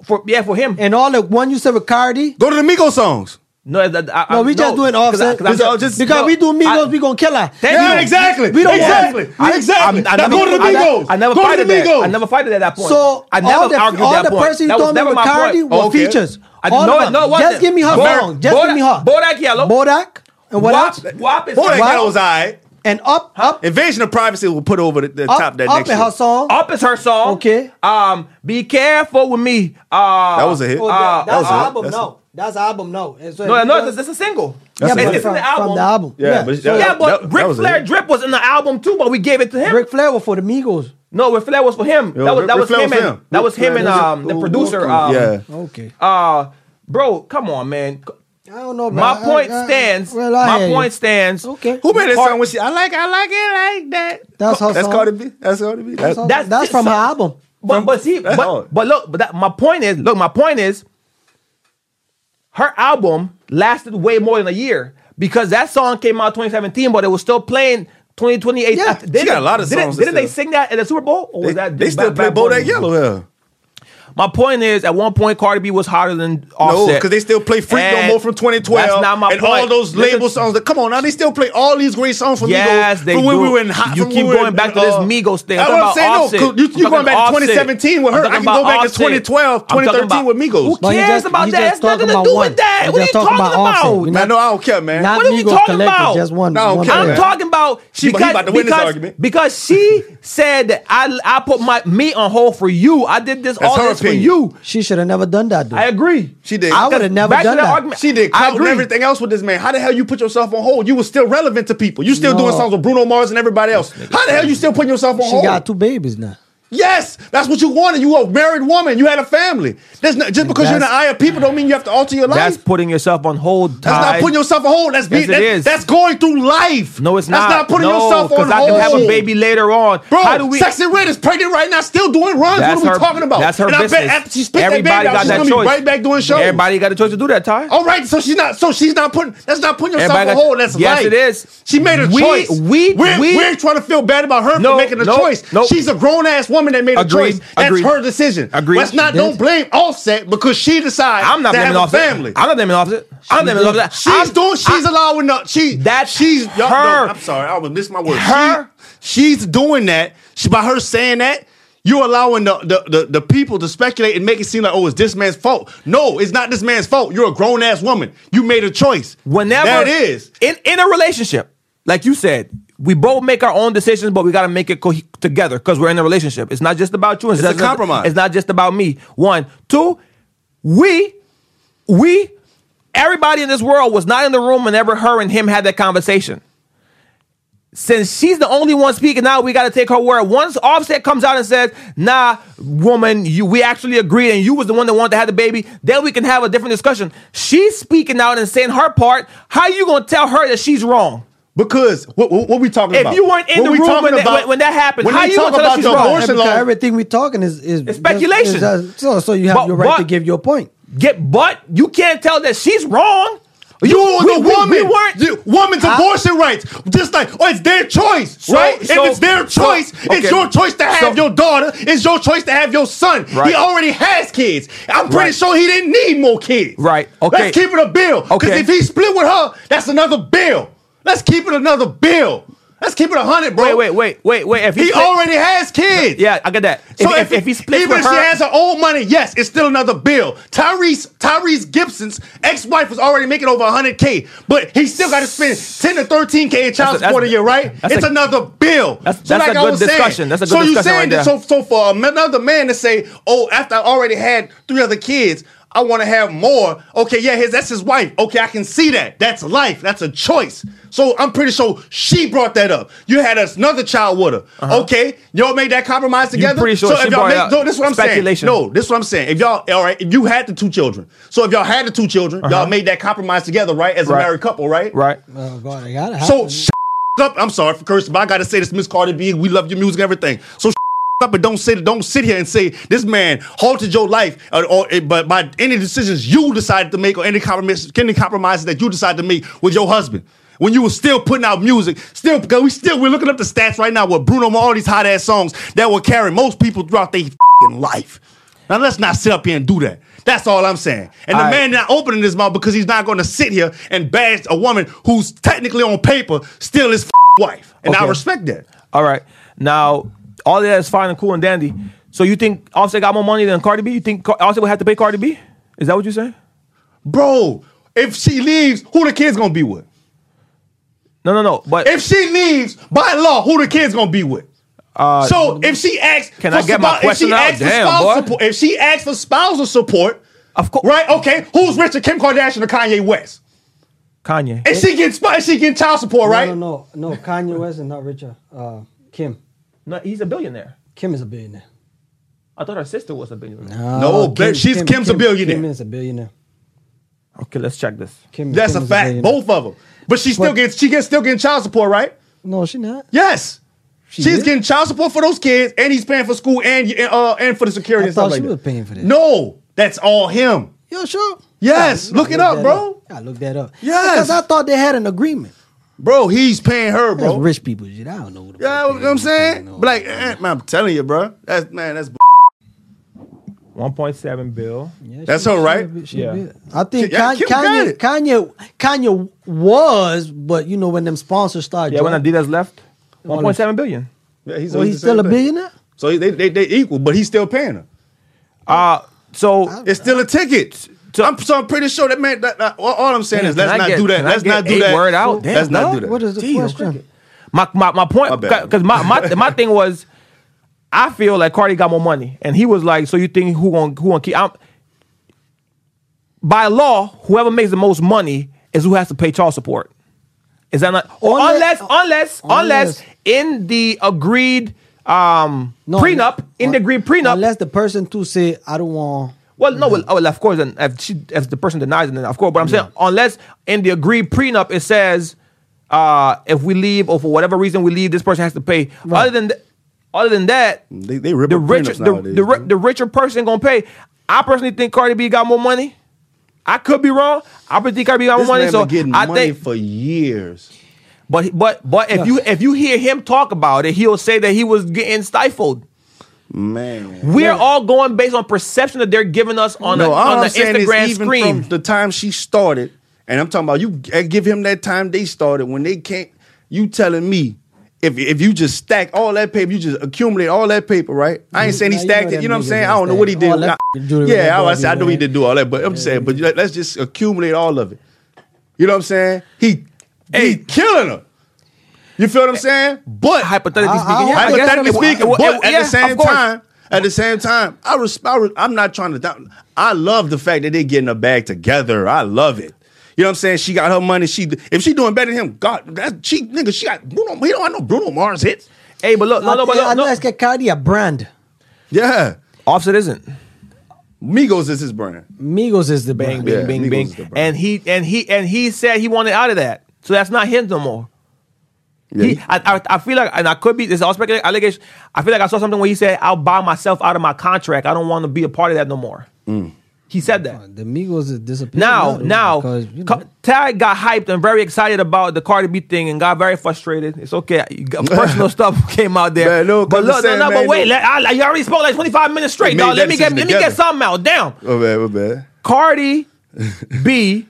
[SPEAKER 3] for yeah for him.
[SPEAKER 1] And all the one you said with Cardi.
[SPEAKER 2] Go to the Migos songs.
[SPEAKER 3] no, I, I,
[SPEAKER 1] No, we just doing offset
[SPEAKER 2] This all just-
[SPEAKER 1] because
[SPEAKER 3] no,
[SPEAKER 1] we do Migos,
[SPEAKER 3] I-
[SPEAKER 1] we gonna kill her.
[SPEAKER 3] Thank you.
[SPEAKER 1] We don't want- we-
[SPEAKER 3] I, I never, I, I, never fighted that. I never fighted at that point.
[SPEAKER 1] So
[SPEAKER 3] I never
[SPEAKER 1] all the,
[SPEAKER 3] argued
[SPEAKER 1] all
[SPEAKER 3] that
[SPEAKER 1] the
[SPEAKER 3] point.
[SPEAKER 1] person you
[SPEAKER 3] That was
[SPEAKER 1] told me
[SPEAKER 3] never
[SPEAKER 1] with
[SPEAKER 3] my
[SPEAKER 1] Cardi
[SPEAKER 3] point.
[SPEAKER 1] were
[SPEAKER 2] Okay.
[SPEAKER 1] features.
[SPEAKER 3] I
[SPEAKER 1] all
[SPEAKER 3] know
[SPEAKER 1] of
[SPEAKER 3] it.
[SPEAKER 1] them.
[SPEAKER 3] No, it wasn't.
[SPEAKER 1] Just give me her
[SPEAKER 3] Bodak-
[SPEAKER 1] song. Just give me her.
[SPEAKER 3] Bodak Yellow.
[SPEAKER 1] Bodak. And what
[SPEAKER 3] WAP,
[SPEAKER 1] else?
[SPEAKER 3] WAP is
[SPEAKER 2] Boy, that
[SPEAKER 1] Why-
[SPEAKER 2] guy was all right.
[SPEAKER 1] And up, up,
[SPEAKER 2] Invasion of Privacy will put over the, the top
[SPEAKER 1] up,
[SPEAKER 2] that
[SPEAKER 1] up
[SPEAKER 2] next
[SPEAKER 1] in her
[SPEAKER 2] year.
[SPEAKER 1] song.
[SPEAKER 3] Up is her song.
[SPEAKER 1] Okay.
[SPEAKER 3] Um, be careful with me. Uh,
[SPEAKER 2] That was a hit.
[SPEAKER 1] Oh, that-
[SPEAKER 3] that was
[SPEAKER 1] that's
[SPEAKER 3] a-
[SPEAKER 1] album.
[SPEAKER 2] that's a-
[SPEAKER 1] No, that's album. No. And so-
[SPEAKER 3] Ah, no, no, it's, it's a single.
[SPEAKER 2] That's
[SPEAKER 1] yeah,
[SPEAKER 2] a-
[SPEAKER 1] but
[SPEAKER 3] it's, it's in
[SPEAKER 1] from,
[SPEAKER 3] the
[SPEAKER 1] from
[SPEAKER 3] album.
[SPEAKER 1] the album.
[SPEAKER 2] Yeah, but-
[SPEAKER 1] so,
[SPEAKER 3] Yeah, but
[SPEAKER 2] that- that
[SPEAKER 3] Ric
[SPEAKER 2] was a
[SPEAKER 3] Flair
[SPEAKER 2] hit.
[SPEAKER 3] Drip was in the album too, but we gave it to him.
[SPEAKER 1] Ric Flair was for the Migos.
[SPEAKER 3] no, Ric Flair was for him.
[SPEAKER 2] Yo,
[SPEAKER 3] that was
[SPEAKER 2] Ric-
[SPEAKER 3] that
[SPEAKER 2] Ric
[SPEAKER 3] was
[SPEAKER 2] Flair
[SPEAKER 3] him,
[SPEAKER 2] was
[SPEAKER 3] and
[SPEAKER 2] him.
[SPEAKER 3] that was him and um, the
[SPEAKER 2] Ooh,
[SPEAKER 3] producer.
[SPEAKER 2] ooh,
[SPEAKER 3] Um,
[SPEAKER 2] yeah.
[SPEAKER 1] Okay.
[SPEAKER 3] Uh, bro, come on, man.
[SPEAKER 1] I don't know.
[SPEAKER 3] My
[SPEAKER 1] man. I-
[SPEAKER 3] point
[SPEAKER 1] I-
[SPEAKER 3] stands.
[SPEAKER 1] Well, I hear
[SPEAKER 3] my
[SPEAKER 1] you.
[SPEAKER 3] point stands.
[SPEAKER 1] Okay.
[SPEAKER 2] Who made that
[SPEAKER 3] Part-
[SPEAKER 2] song when she, I like, I like it like that.
[SPEAKER 1] That's her
[SPEAKER 2] That's
[SPEAKER 1] song.
[SPEAKER 2] Cardi B. That's Cardi B. That's,
[SPEAKER 1] So
[SPEAKER 2] that's,
[SPEAKER 1] that's,
[SPEAKER 3] That's-
[SPEAKER 1] from her album.
[SPEAKER 3] But but see,
[SPEAKER 2] that's
[SPEAKER 3] but,
[SPEAKER 2] hard.
[SPEAKER 3] but look, but that, my point is, look, my point is, her album lasted way more than a year because that song came out 2017, but it was still playing 2028.
[SPEAKER 1] Yeah,
[SPEAKER 3] Didn't-
[SPEAKER 2] she got a lot of
[SPEAKER 3] didn't-
[SPEAKER 2] songs
[SPEAKER 3] Didn't,
[SPEAKER 2] that
[SPEAKER 3] they
[SPEAKER 2] still-
[SPEAKER 3] sing that at the Super Bowl? Or was
[SPEAKER 2] they,
[SPEAKER 3] that
[SPEAKER 2] they
[SPEAKER 3] just
[SPEAKER 2] still play
[SPEAKER 3] Bad- Bad Bunny?
[SPEAKER 2] Bodak Yellow here.
[SPEAKER 3] My point is, at one point, Cardi B was hotter than Offset.
[SPEAKER 2] No, because they still play Freak No
[SPEAKER 3] And
[SPEAKER 2] More from 2012.
[SPEAKER 3] That's not my
[SPEAKER 2] and
[SPEAKER 3] point.
[SPEAKER 2] all those
[SPEAKER 3] Listen-
[SPEAKER 2] label songs. That, come on, now they still play all these great songs from
[SPEAKER 3] Yes,
[SPEAKER 2] Migos.
[SPEAKER 3] they
[SPEAKER 2] from when
[SPEAKER 3] do.
[SPEAKER 2] we were in hot.
[SPEAKER 3] You
[SPEAKER 2] from
[SPEAKER 3] keep
[SPEAKER 2] when we were
[SPEAKER 3] going
[SPEAKER 2] in, uh,
[SPEAKER 3] back to this Migos thing. I'm
[SPEAKER 2] That's what I'm
[SPEAKER 3] talking
[SPEAKER 2] saying.
[SPEAKER 3] about
[SPEAKER 2] No,
[SPEAKER 3] Offset.
[SPEAKER 2] 'cause you,
[SPEAKER 3] I'm
[SPEAKER 2] you going
[SPEAKER 3] talking
[SPEAKER 2] back to
[SPEAKER 3] about
[SPEAKER 2] 2017 with
[SPEAKER 3] Offset.
[SPEAKER 2] her.
[SPEAKER 3] I'm
[SPEAKER 2] I can
[SPEAKER 3] talking
[SPEAKER 2] go back
[SPEAKER 3] about
[SPEAKER 2] to 2012,
[SPEAKER 3] Offset. I'm talking
[SPEAKER 2] 2013 with
[SPEAKER 3] about-
[SPEAKER 2] Migos.
[SPEAKER 3] Who
[SPEAKER 1] No, you
[SPEAKER 3] cares
[SPEAKER 1] just-
[SPEAKER 3] about
[SPEAKER 1] you
[SPEAKER 3] that?
[SPEAKER 1] just
[SPEAKER 3] That's nothing
[SPEAKER 1] talking
[SPEAKER 3] to
[SPEAKER 1] about
[SPEAKER 3] do
[SPEAKER 1] one.
[SPEAKER 3] with that.
[SPEAKER 1] You
[SPEAKER 3] What are you
[SPEAKER 1] just
[SPEAKER 3] talking
[SPEAKER 1] talking
[SPEAKER 3] about?
[SPEAKER 1] about Offset. We not-
[SPEAKER 2] Man, no, I don't care, man.
[SPEAKER 1] Not
[SPEAKER 3] What are we
[SPEAKER 1] Migos
[SPEAKER 3] talking
[SPEAKER 1] collective,
[SPEAKER 3] about?
[SPEAKER 1] Just one.
[SPEAKER 2] No,
[SPEAKER 1] one
[SPEAKER 2] okay.
[SPEAKER 3] I'm
[SPEAKER 1] player.
[SPEAKER 2] Yeah.
[SPEAKER 3] talking about
[SPEAKER 2] She-
[SPEAKER 3] because,
[SPEAKER 2] he about to win this
[SPEAKER 3] because,
[SPEAKER 2] argument.
[SPEAKER 3] because she said that I I put my me on hold for you. I did this
[SPEAKER 2] That's
[SPEAKER 3] all
[SPEAKER 2] her
[SPEAKER 3] this
[SPEAKER 1] That's
[SPEAKER 2] opinion.
[SPEAKER 3] you.
[SPEAKER 1] She should have never done that. Dude.
[SPEAKER 3] I agree.
[SPEAKER 2] She did.
[SPEAKER 1] I would have never
[SPEAKER 3] Back to
[SPEAKER 1] done
[SPEAKER 3] the
[SPEAKER 1] that.
[SPEAKER 3] argument-
[SPEAKER 2] She did
[SPEAKER 3] I
[SPEAKER 2] clout and
[SPEAKER 3] agree.
[SPEAKER 2] everything else with this man. How the hell you put yourself on hold? You was still relevant to people. You still
[SPEAKER 1] No.
[SPEAKER 2] doing songs with Bruno Mars and everybody else. How the hell you still putting yourself on
[SPEAKER 1] she
[SPEAKER 2] hold?
[SPEAKER 1] got two babies now.
[SPEAKER 2] Yes, that's what you wanted. You were a married woman. You had a family. There's no, just because you're in the eye
[SPEAKER 1] That's-
[SPEAKER 2] of people don't mean you have to alter your life.
[SPEAKER 3] That's
[SPEAKER 2] That's,
[SPEAKER 3] putting yourself on hold.
[SPEAKER 2] not
[SPEAKER 3] Ty.
[SPEAKER 2] putting yourself on hold. That's being
[SPEAKER 3] Yes, it
[SPEAKER 2] that-
[SPEAKER 3] is.
[SPEAKER 2] that's going through life.
[SPEAKER 3] No, it's not.
[SPEAKER 2] That's not putting
[SPEAKER 3] no,
[SPEAKER 2] yourself on
[SPEAKER 3] Because I
[SPEAKER 2] hold.
[SPEAKER 3] can have a
[SPEAKER 1] hold.
[SPEAKER 3] baby later on.
[SPEAKER 2] Bro,
[SPEAKER 3] How do we?
[SPEAKER 2] Sex and Red is pregnant right now, still doing runs.
[SPEAKER 3] That's
[SPEAKER 2] what are we
[SPEAKER 3] her-
[SPEAKER 2] talking about?
[SPEAKER 3] that's her
[SPEAKER 2] and I bet
[SPEAKER 3] business.
[SPEAKER 2] after she spit that baby
[SPEAKER 3] Everybody got
[SPEAKER 2] out, she's
[SPEAKER 3] that
[SPEAKER 2] gonna
[SPEAKER 3] choice.
[SPEAKER 2] be right back doing shows. Oh,
[SPEAKER 3] Everybody got a choice to do that, Ty.
[SPEAKER 2] All right, so she's not. So she's not putting. That's not putting yourself
[SPEAKER 3] Everybody
[SPEAKER 2] on
[SPEAKER 3] got-
[SPEAKER 2] hold. That's
[SPEAKER 3] Yes,
[SPEAKER 2] life.
[SPEAKER 3] it is.
[SPEAKER 2] She made a
[SPEAKER 3] We-
[SPEAKER 2] choice.
[SPEAKER 3] we-
[SPEAKER 2] we're,
[SPEAKER 3] we-
[SPEAKER 2] are trying to feel bad about her
[SPEAKER 3] No,
[SPEAKER 2] for making a
[SPEAKER 3] no,
[SPEAKER 2] choice.
[SPEAKER 3] no.
[SPEAKER 2] She's a grown ass woman that made a
[SPEAKER 3] Agreed,
[SPEAKER 2] choice. That's
[SPEAKER 3] agreed.
[SPEAKER 2] her decision.
[SPEAKER 3] Agreed.
[SPEAKER 2] Let's not
[SPEAKER 1] She
[SPEAKER 2] don't
[SPEAKER 1] did.
[SPEAKER 2] blame Offset because she decides
[SPEAKER 3] I'm not
[SPEAKER 2] to
[SPEAKER 3] blaming
[SPEAKER 2] have a
[SPEAKER 3] Offset.
[SPEAKER 2] family.
[SPEAKER 3] I'm not blaming Offset. I'm not blaming Offset.
[SPEAKER 2] She's
[SPEAKER 3] I'm-
[SPEAKER 2] doing. She's allowing. The, she
[SPEAKER 3] That's
[SPEAKER 2] she's y'all-
[SPEAKER 3] her.
[SPEAKER 2] No, I'm sorry. I was missing my words.
[SPEAKER 3] Her-
[SPEAKER 2] She- she's doing that. She, by her saying that, you're allowing the, the the the people to speculate and make it seem like oh, it's this man's fault. No, it's not this man's fault. You're a grown ass woman. You made a choice.
[SPEAKER 3] whenever
[SPEAKER 2] that is.
[SPEAKER 3] in in a relationship, like you said, we both make our own decisions, but we got to make it co- together because we're in a relationship. It's not just about you. It's,
[SPEAKER 2] a
[SPEAKER 3] not just-
[SPEAKER 2] compromise.
[SPEAKER 3] It's not just about me. One, two, we, we, everybody in this world was not in the room whenever her and him had that conversation. Since she's the only one speaking now, we got to take her word. Once Offset comes out and says, "Nah, woman, you we actually agreed, and you was the one that wanted to have the baby," then we can have a different discussion. She's speaking out and saying her part. How you gonna tell her that she's wrong?
[SPEAKER 2] Because what, what, what we talking
[SPEAKER 3] If
[SPEAKER 2] about?
[SPEAKER 3] you weren't in
[SPEAKER 2] What
[SPEAKER 3] the
[SPEAKER 2] we
[SPEAKER 3] room
[SPEAKER 2] talking
[SPEAKER 3] when that- when- when that happened, how
[SPEAKER 2] they
[SPEAKER 3] you gonna
[SPEAKER 2] talk
[SPEAKER 3] tell us
[SPEAKER 2] about
[SPEAKER 3] she's
[SPEAKER 2] the
[SPEAKER 3] wrong?
[SPEAKER 2] abortion
[SPEAKER 1] Because
[SPEAKER 2] law,
[SPEAKER 1] everything we talking is is is
[SPEAKER 3] speculation.
[SPEAKER 1] is, uh, so, so you have
[SPEAKER 3] But
[SPEAKER 1] your right to
[SPEAKER 3] what-
[SPEAKER 1] give your point.
[SPEAKER 3] Get but you can't tell that she's wrong.
[SPEAKER 2] You were
[SPEAKER 3] we-
[SPEAKER 2] the
[SPEAKER 3] we-
[SPEAKER 2] woman.
[SPEAKER 3] we weren't-
[SPEAKER 2] You- woman's
[SPEAKER 1] I-
[SPEAKER 2] abortion rights. Just like, oh, it's their choice,
[SPEAKER 3] So-
[SPEAKER 2] right?
[SPEAKER 3] so-
[SPEAKER 2] if it's their
[SPEAKER 3] so-
[SPEAKER 2] choice,
[SPEAKER 3] okay.
[SPEAKER 2] it's your choice to have
[SPEAKER 3] So-
[SPEAKER 2] your daughter. It's your choice to have your son.
[SPEAKER 3] Right.
[SPEAKER 2] He already has kids. I'm pretty
[SPEAKER 3] Right.
[SPEAKER 2] sure he didn't need more kids.
[SPEAKER 3] Right. Okay.
[SPEAKER 2] Let's keep it a bill. Because
[SPEAKER 3] Okay.
[SPEAKER 2] if he split with her, that's another bill. Let's keep it another bill. Let's keep it a hundred, bro.
[SPEAKER 3] Wait, wait, wait, wait, wait. If
[SPEAKER 2] He
[SPEAKER 3] split-
[SPEAKER 2] already has kids.
[SPEAKER 3] yeah, I get that.
[SPEAKER 2] So
[SPEAKER 3] if, if, if he splits
[SPEAKER 2] even if
[SPEAKER 3] with her,
[SPEAKER 2] she has her own money, yes, it's still another bill. Tyrese Tyrese Gibson's ex-wife was already making over 100k, but he still got to spend 10 to 13k in child
[SPEAKER 3] That's a- that's-
[SPEAKER 2] support a year, right?
[SPEAKER 3] that's
[SPEAKER 2] It's
[SPEAKER 3] a-
[SPEAKER 2] another bill.
[SPEAKER 3] That's- that's a good discussion. That's a good
[SPEAKER 2] so you
[SPEAKER 3] discussion
[SPEAKER 2] saying
[SPEAKER 3] right
[SPEAKER 2] that
[SPEAKER 3] there.
[SPEAKER 2] so so for another man to say, oh, after I already had three other kids. I want to have more. Okay, yeah, his, that's his wife. Okay, I can see that. That's life. That's a choice. So I'm pretty sure she brought that up. You had us another child with her. Okay, y'all made that compromise together.
[SPEAKER 3] Uh-huh. pretty sure
[SPEAKER 2] so
[SPEAKER 3] she
[SPEAKER 2] if y'all
[SPEAKER 3] brought it
[SPEAKER 2] make,
[SPEAKER 3] up.
[SPEAKER 2] no, this is what I'm
[SPEAKER 3] Speculation.
[SPEAKER 2] saying. No, this is what I'm saying. If y'all, all right, if you had the two children. So if y'all had the two children, y'all made that compromise together, right? As
[SPEAKER 3] Uh-huh. Right.
[SPEAKER 2] a married couple, right?
[SPEAKER 3] right?
[SPEAKER 1] Oh God, I got it.
[SPEAKER 2] So [LAUGHS] sh- up. I'm sorry for cursing, but I gotta say this, Miss Cardi B. We love your music, and everything. So sh- up and don't sit, don't sit here and say this man halted your life, or, or eh, but by any decisions you decided to make, or any compromises, any compromises that you decided to make with your husband. When you were still putting out music, still because we still we're looking up the stats right now with Bruno Mars, all these hot ass songs that will carry most people throughout their fing life. Now let's not sit up here and do that. That's all I'm saying. And the
[SPEAKER 3] All right.
[SPEAKER 2] man not opening his mouth because he's not going to sit here and bash a woman who's technically on paper still his wife. And I
[SPEAKER 3] Okay.
[SPEAKER 2] respect that.
[SPEAKER 3] All right. Now, all that is fine and cool and dandy. So you think Offset got more money than Cardi B? You think Car- Offset would have to pay Cardi B? Is that what you're saying?
[SPEAKER 2] Bro, if she leaves, who the kid's going to be with?
[SPEAKER 3] No, no, no. But
[SPEAKER 2] If she leaves, by law, who the kid's going to be with? so if she asks,
[SPEAKER 3] Uh, Can
[SPEAKER 2] for
[SPEAKER 3] I get my
[SPEAKER 2] spou-
[SPEAKER 3] question
[SPEAKER 2] if she
[SPEAKER 3] out?
[SPEAKER 2] asks for
[SPEAKER 3] Damn,
[SPEAKER 2] spousal
[SPEAKER 3] boy.
[SPEAKER 2] support, if she asks for spousal support,
[SPEAKER 3] Of cour-
[SPEAKER 2] right? Okay, who's richer, Kim Kardashian or Kanye West?
[SPEAKER 3] Kanye.
[SPEAKER 2] And she gets and she getting child support, right?
[SPEAKER 1] No, no, no, no. Kanye West is not richer. Uh, Kim,
[SPEAKER 3] No, he's a billionaire.
[SPEAKER 1] Kim is a billionaire.
[SPEAKER 3] I thought her sister was a billionaire.
[SPEAKER 2] No, but she's- Kim's a billionaire.
[SPEAKER 1] Kim is a billionaire.
[SPEAKER 3] Okay, let's check this.
[SPEAKER 1] Kim,
[SPEAKER 2] That's
[SPEAKER 1] Kim
[SPEAKER 2] a
[SPEAKER 1] is
[SPEAKER 2] fact.
[SPEAKER 1] billionaire.
[SPEAKER 2] Both of them. But she still
[SPEAKER 1] But-
[SPEAKER 2] gets she gets still getting child support, right?
[SPEAKER 1] No, she not.
[SPEAKER 2] Yes. She's
[SPEAKER 1] is?
[SPEAKER 2] getting child support for those kids, and he's paying for school and and, uh, and for the security
[SPEAKER 1] I
[SPEAKER 2] and stuff
[SPEAKER 1] thought
[SPEAKER 2] like
[SPEAKER 1] she
[SPEAKER 2] that.
[SPEAKER 1] was paying for that.
[SPEAKER 2] No, that's all him.
[SPEAKER 1] Yo, sure.
[SPEAKER 2] Yes, look it up, bro.
[SPEAKER 1] I looked that up.
[SPEAKER 2] Yes.
[SPEAKER 1] because I thought they had an agreement.
[SPEAKER 2] Bro, he's paying her,
[SPEAKER 1] That's
[SPEAKER 2] bro.
[SPEAKER 1] rich people shit. I don't know. What
[SPEAKER 2] Yeah, you know what I'm saying? But like, eh, man, I'm telling you, bro. That's man, that's b-
[SPEAKER 3] 1.7 bill.
[SPEAKER 2] That's her, right?
[SPEAKER 3] Yeah.
[SPEAKER 1] yeah. I think
[SPEAKER 2] Yeah,
[SPEAKER 1] Kanye,
[SPEAKER 2] Kim got
[SPEAKER 1] Kanye,
[SPEAKER 2] it.
[SPEAKER 1] Kanye, Kanye was, but you know when them sponsors started,
[SPEAKER 3] Yeah, when
[SPEAKER 1] dropping-
[SPEAKER 3] Adidas left,
[SPEAKER 1] Well,
[SPEAKER 3] 1.7 billion.
[SPEAKER 2] yeah, he's,
[SPEAKER 1] well,
[SPEAKER 2] he's
[SPEAKER 1] he's
[SPEAKER 2] the
[SPEAKER 1] still
[SPEAKER 2] same
[SPEAKER 1] a
[SPEAKER 2] thing.
[SPEAKER 1] billionaire.
[SPEAKER 2] So he- they, they they equal, but he's still paying her.
[SPEAKER 3] Uh, so
[SPEAKER 2] It's still a ticket.
[SPEAKER 3] So-
[SPEAKER 2] So I'm, so I'm pretty sure that man. That, that- all- all I'm saying
[SPEAKER 3] Man,
[SPEAKER 2] is
[SPEAKER 3] can
[SPEAKER 2] let's
[SPEAKER 3] I
[SPEAKER 2] not
[SPEAKER 3] get-
[SPEAKER 2] do that.
[SPEAKER 3] can I
[SPEAKER 2] Let's
[SPEAKER 3] get
[SPEAKER 2] not do
[SPEAKER 3] eight
[SPEAKER 2] that.
[SPEAKER 3] word out? Damn,
[SPEAKER 2] let's not
[SPEAKER 3] dog.
[SPEAKER 2] do that.
[SPEAKER 1] What is the
[SPEAKER 3] Gee, no
[SPEAKER 1] question?
[SPEAKER 3] cricket. my, my, my point,
[SPEAKER 2] My bad.
[SPEAKER 3] because my, my, my thing was I feel like Cardi got more money, and he was like, "So you think who going who going keep?" I'm, by law, whoever makes the most money is who has to pay child support. Is that not? Or
[SPEAKER 1] Unless-
[SPEAKER 3] unless, unless, unless,
[SPEAKER 1] unless-
[SPEAKER 3] in the agreed um,
[SPEAKER 1] No,
[SPEAKER 3] prenup, in the
[SPEAKER 1] un-
[SPEAKER 3] agreed prenup,
[SPEAKER 1] Unless the person too say, I don't want.
[SPEAKER 3] well, no,
[SPEAKER 2] Mm-hmm.
[SPEAKER 3] well, oh, well, of course, and if, she, if the person denies it, then of course. But I'm saying, unless in the agreed prenup it says, uh, if we leave or for whatever reason we leave, this person has to pay. Other than, th- other than that,
[SPEAKER 2] They- they rip
[SPEAKER 3] the
[SPEAKER 2] up prenups
[SPEAKER 3] richer, the,
[SPEAKER 2] nowadays,
[SPEAKER 3] the, ri-
[SPEAKER 2] man.
[SPEAKER 3] the richer person gonna pay. I personally think Cardi B got more money. I could be wrong. I personally think Cardi B got
[SPEAKER 2] This
[SPEAKER 3] more money.
[SPEAKER 2] man
[SPEAKER 3] So
[SPEAKER 2] been getting
[SPEAKER 3] I
[SPEAKER 2] money
[SPEAKER 3] think,
[SPEAKER 2] for years.
[SPEAKER 3] but but but if you if you hear him talk about it, he'll say that he was getting stifled.
[SPEAKER 2] Man.
[SPEAKER 3] We're all going based on perception that they're giving us on, a,
[SPEAKER 2] No, all
[SPEAKER 3] on the
[SPEAKER 2] I'm saying is
[SPEAKER 3] Instagram
[SPEAKER 2] even
[SPEAKER 3] screen.
[SPEAKER 2] from the time she started, and I'm talking about you uh, give him that time they started when they can't. You telling me if if you just stack all that paper, you just accumulate all that paper, right? I ain't saying he
[SPEAKER 1] Now, you
[SPEAKER 2] stacked
[SPEAKER 1] know
[SPEAKER 2] it. You know what I'm
[SPEAKER 1] them
[SPEAKER 2] saying?
[SPEAKER 1] niggas
[SPEAKER 2] I don't know what he
[SPEAKER 1] that
[SPEAKER 2] did.
[SPEAKER 1] all that
[SPEAKER 2] I-
[SPEAKER 1] jewelry that
[SPEAKER 2] yeah, I,
[SPEAKER 1] boy
[SPEAKER 2] was-
[SPEAKER 1] be
[SPEAKER 2] I know he
[SPEAKER 1] wearing.
[SPEAKER 2] did do all that, but I'm saying, but you- let's just accumulate all of it. You know what I'm saying? He he
[SPEAKER 3] Hey.
[SPEAKER 2] killing her. You feel what I'm saying? But
[SPEAKER 3] hypothetically
[SPEAKER 1] I- I-
[SPEAKER 3] speaking, yeah,
[SPEAKER 1] I
[SPEAKER 3] I guess
[SPEAKER 2] hypothetically
[SPEAKER 3] it would-
[SPEAKER 2] speaking,
[SPEAKER 3] it would-
[SPEAKER 2] but
[SPEAKER 3] it-
[SPEAKER 2] at
[SPEAKER 3] yeah,
[SPEAKER 2] the same
[SPEAKER 3] of course.
[SPEAKER 2] time, at the same time, I respect. I'm not trying to. Doubt, I love the fact that they getting a bag together. I love it. You know what I'm saying? She got her money. She if she doing better than him, God, that she nigga, she got Bruno. He don't have no Bruno Mars hits.
[SPEAKER 3] Hey, but look, no, no, but
[SPEAKER 1] I,
[SPEAKER 3] look,
[SPEAKER 1] no.
[SPEAKER 3] no.
[SPEAKER 1] es que Cardi a brand.
[SPEAKER 2] Yeah,
[SPEAKER 3] Offset isn't.
[SPEAKER 2] Migos is his brand.
[SPEAKER 1] Migos is the
[SPEAKER 3] Bing,
[SPEAKER 1] brand.
[SPEAKER 2] Yeah,
[SPEAKER 3] bing,
[SPEAKER 2] Migos
[SPEAKER 3] bing, bing.
[SPEAKER 2] is the brand.
[SPEAKER 3] And he and he and he said he wanted out of that, so that's not him no more.
[SPEAKER 2] Yeah,
[SPEAKER 3] He, I, I, I feel like, and I could be this is all speculative allegation. I feel like I saw something where he said, "I'll buy myself out of my contract. I don't want to be a part of that no more."
[SPEAKER 2] Mm.
[SPEAKER 3] He said that.
[SPEAKER 1] The Migos is disappearing.
[SPEAKER 3] Now, now,
[SPEAKER 1] because, you know,
[SPEAKER 3] Ka- Ty got hyped and very excited about the Cardi B thing and got very frustrated. It's okay.
[SPEAKER 2] [LAUGHS]
[SPEAKER 3] You got- Personal stuff came out there.
[SPEAKER 2] Man, no,
[SPEAKER 3] but
[SPEAKER 2] 'cause I'm
[SPEAKER 3] look, no,
[SPEAKER 2] saying,
[SPEAKER 3] no,
[SPEAKER 2] man,
[SPEAKER 3] but wait,
[SPEAKER 2] no.
[SPEAKER 3] let, I, you already spoke like 25 minutes straight,
[SPEAKER 2] made that
[SPEAKER 3] dog. Let me get,
[SPEAKER 2] decision
[SPEAKER 3] let me get
[SPEAKER 2] together.
[SPEAKER 3] something out. Damn.
[SPEAKER 2] oh man, oh man.
[SPEAKER 3] Cardi
[SPEAKER 2] [LAUGHS]
[SPEAKER 3] B.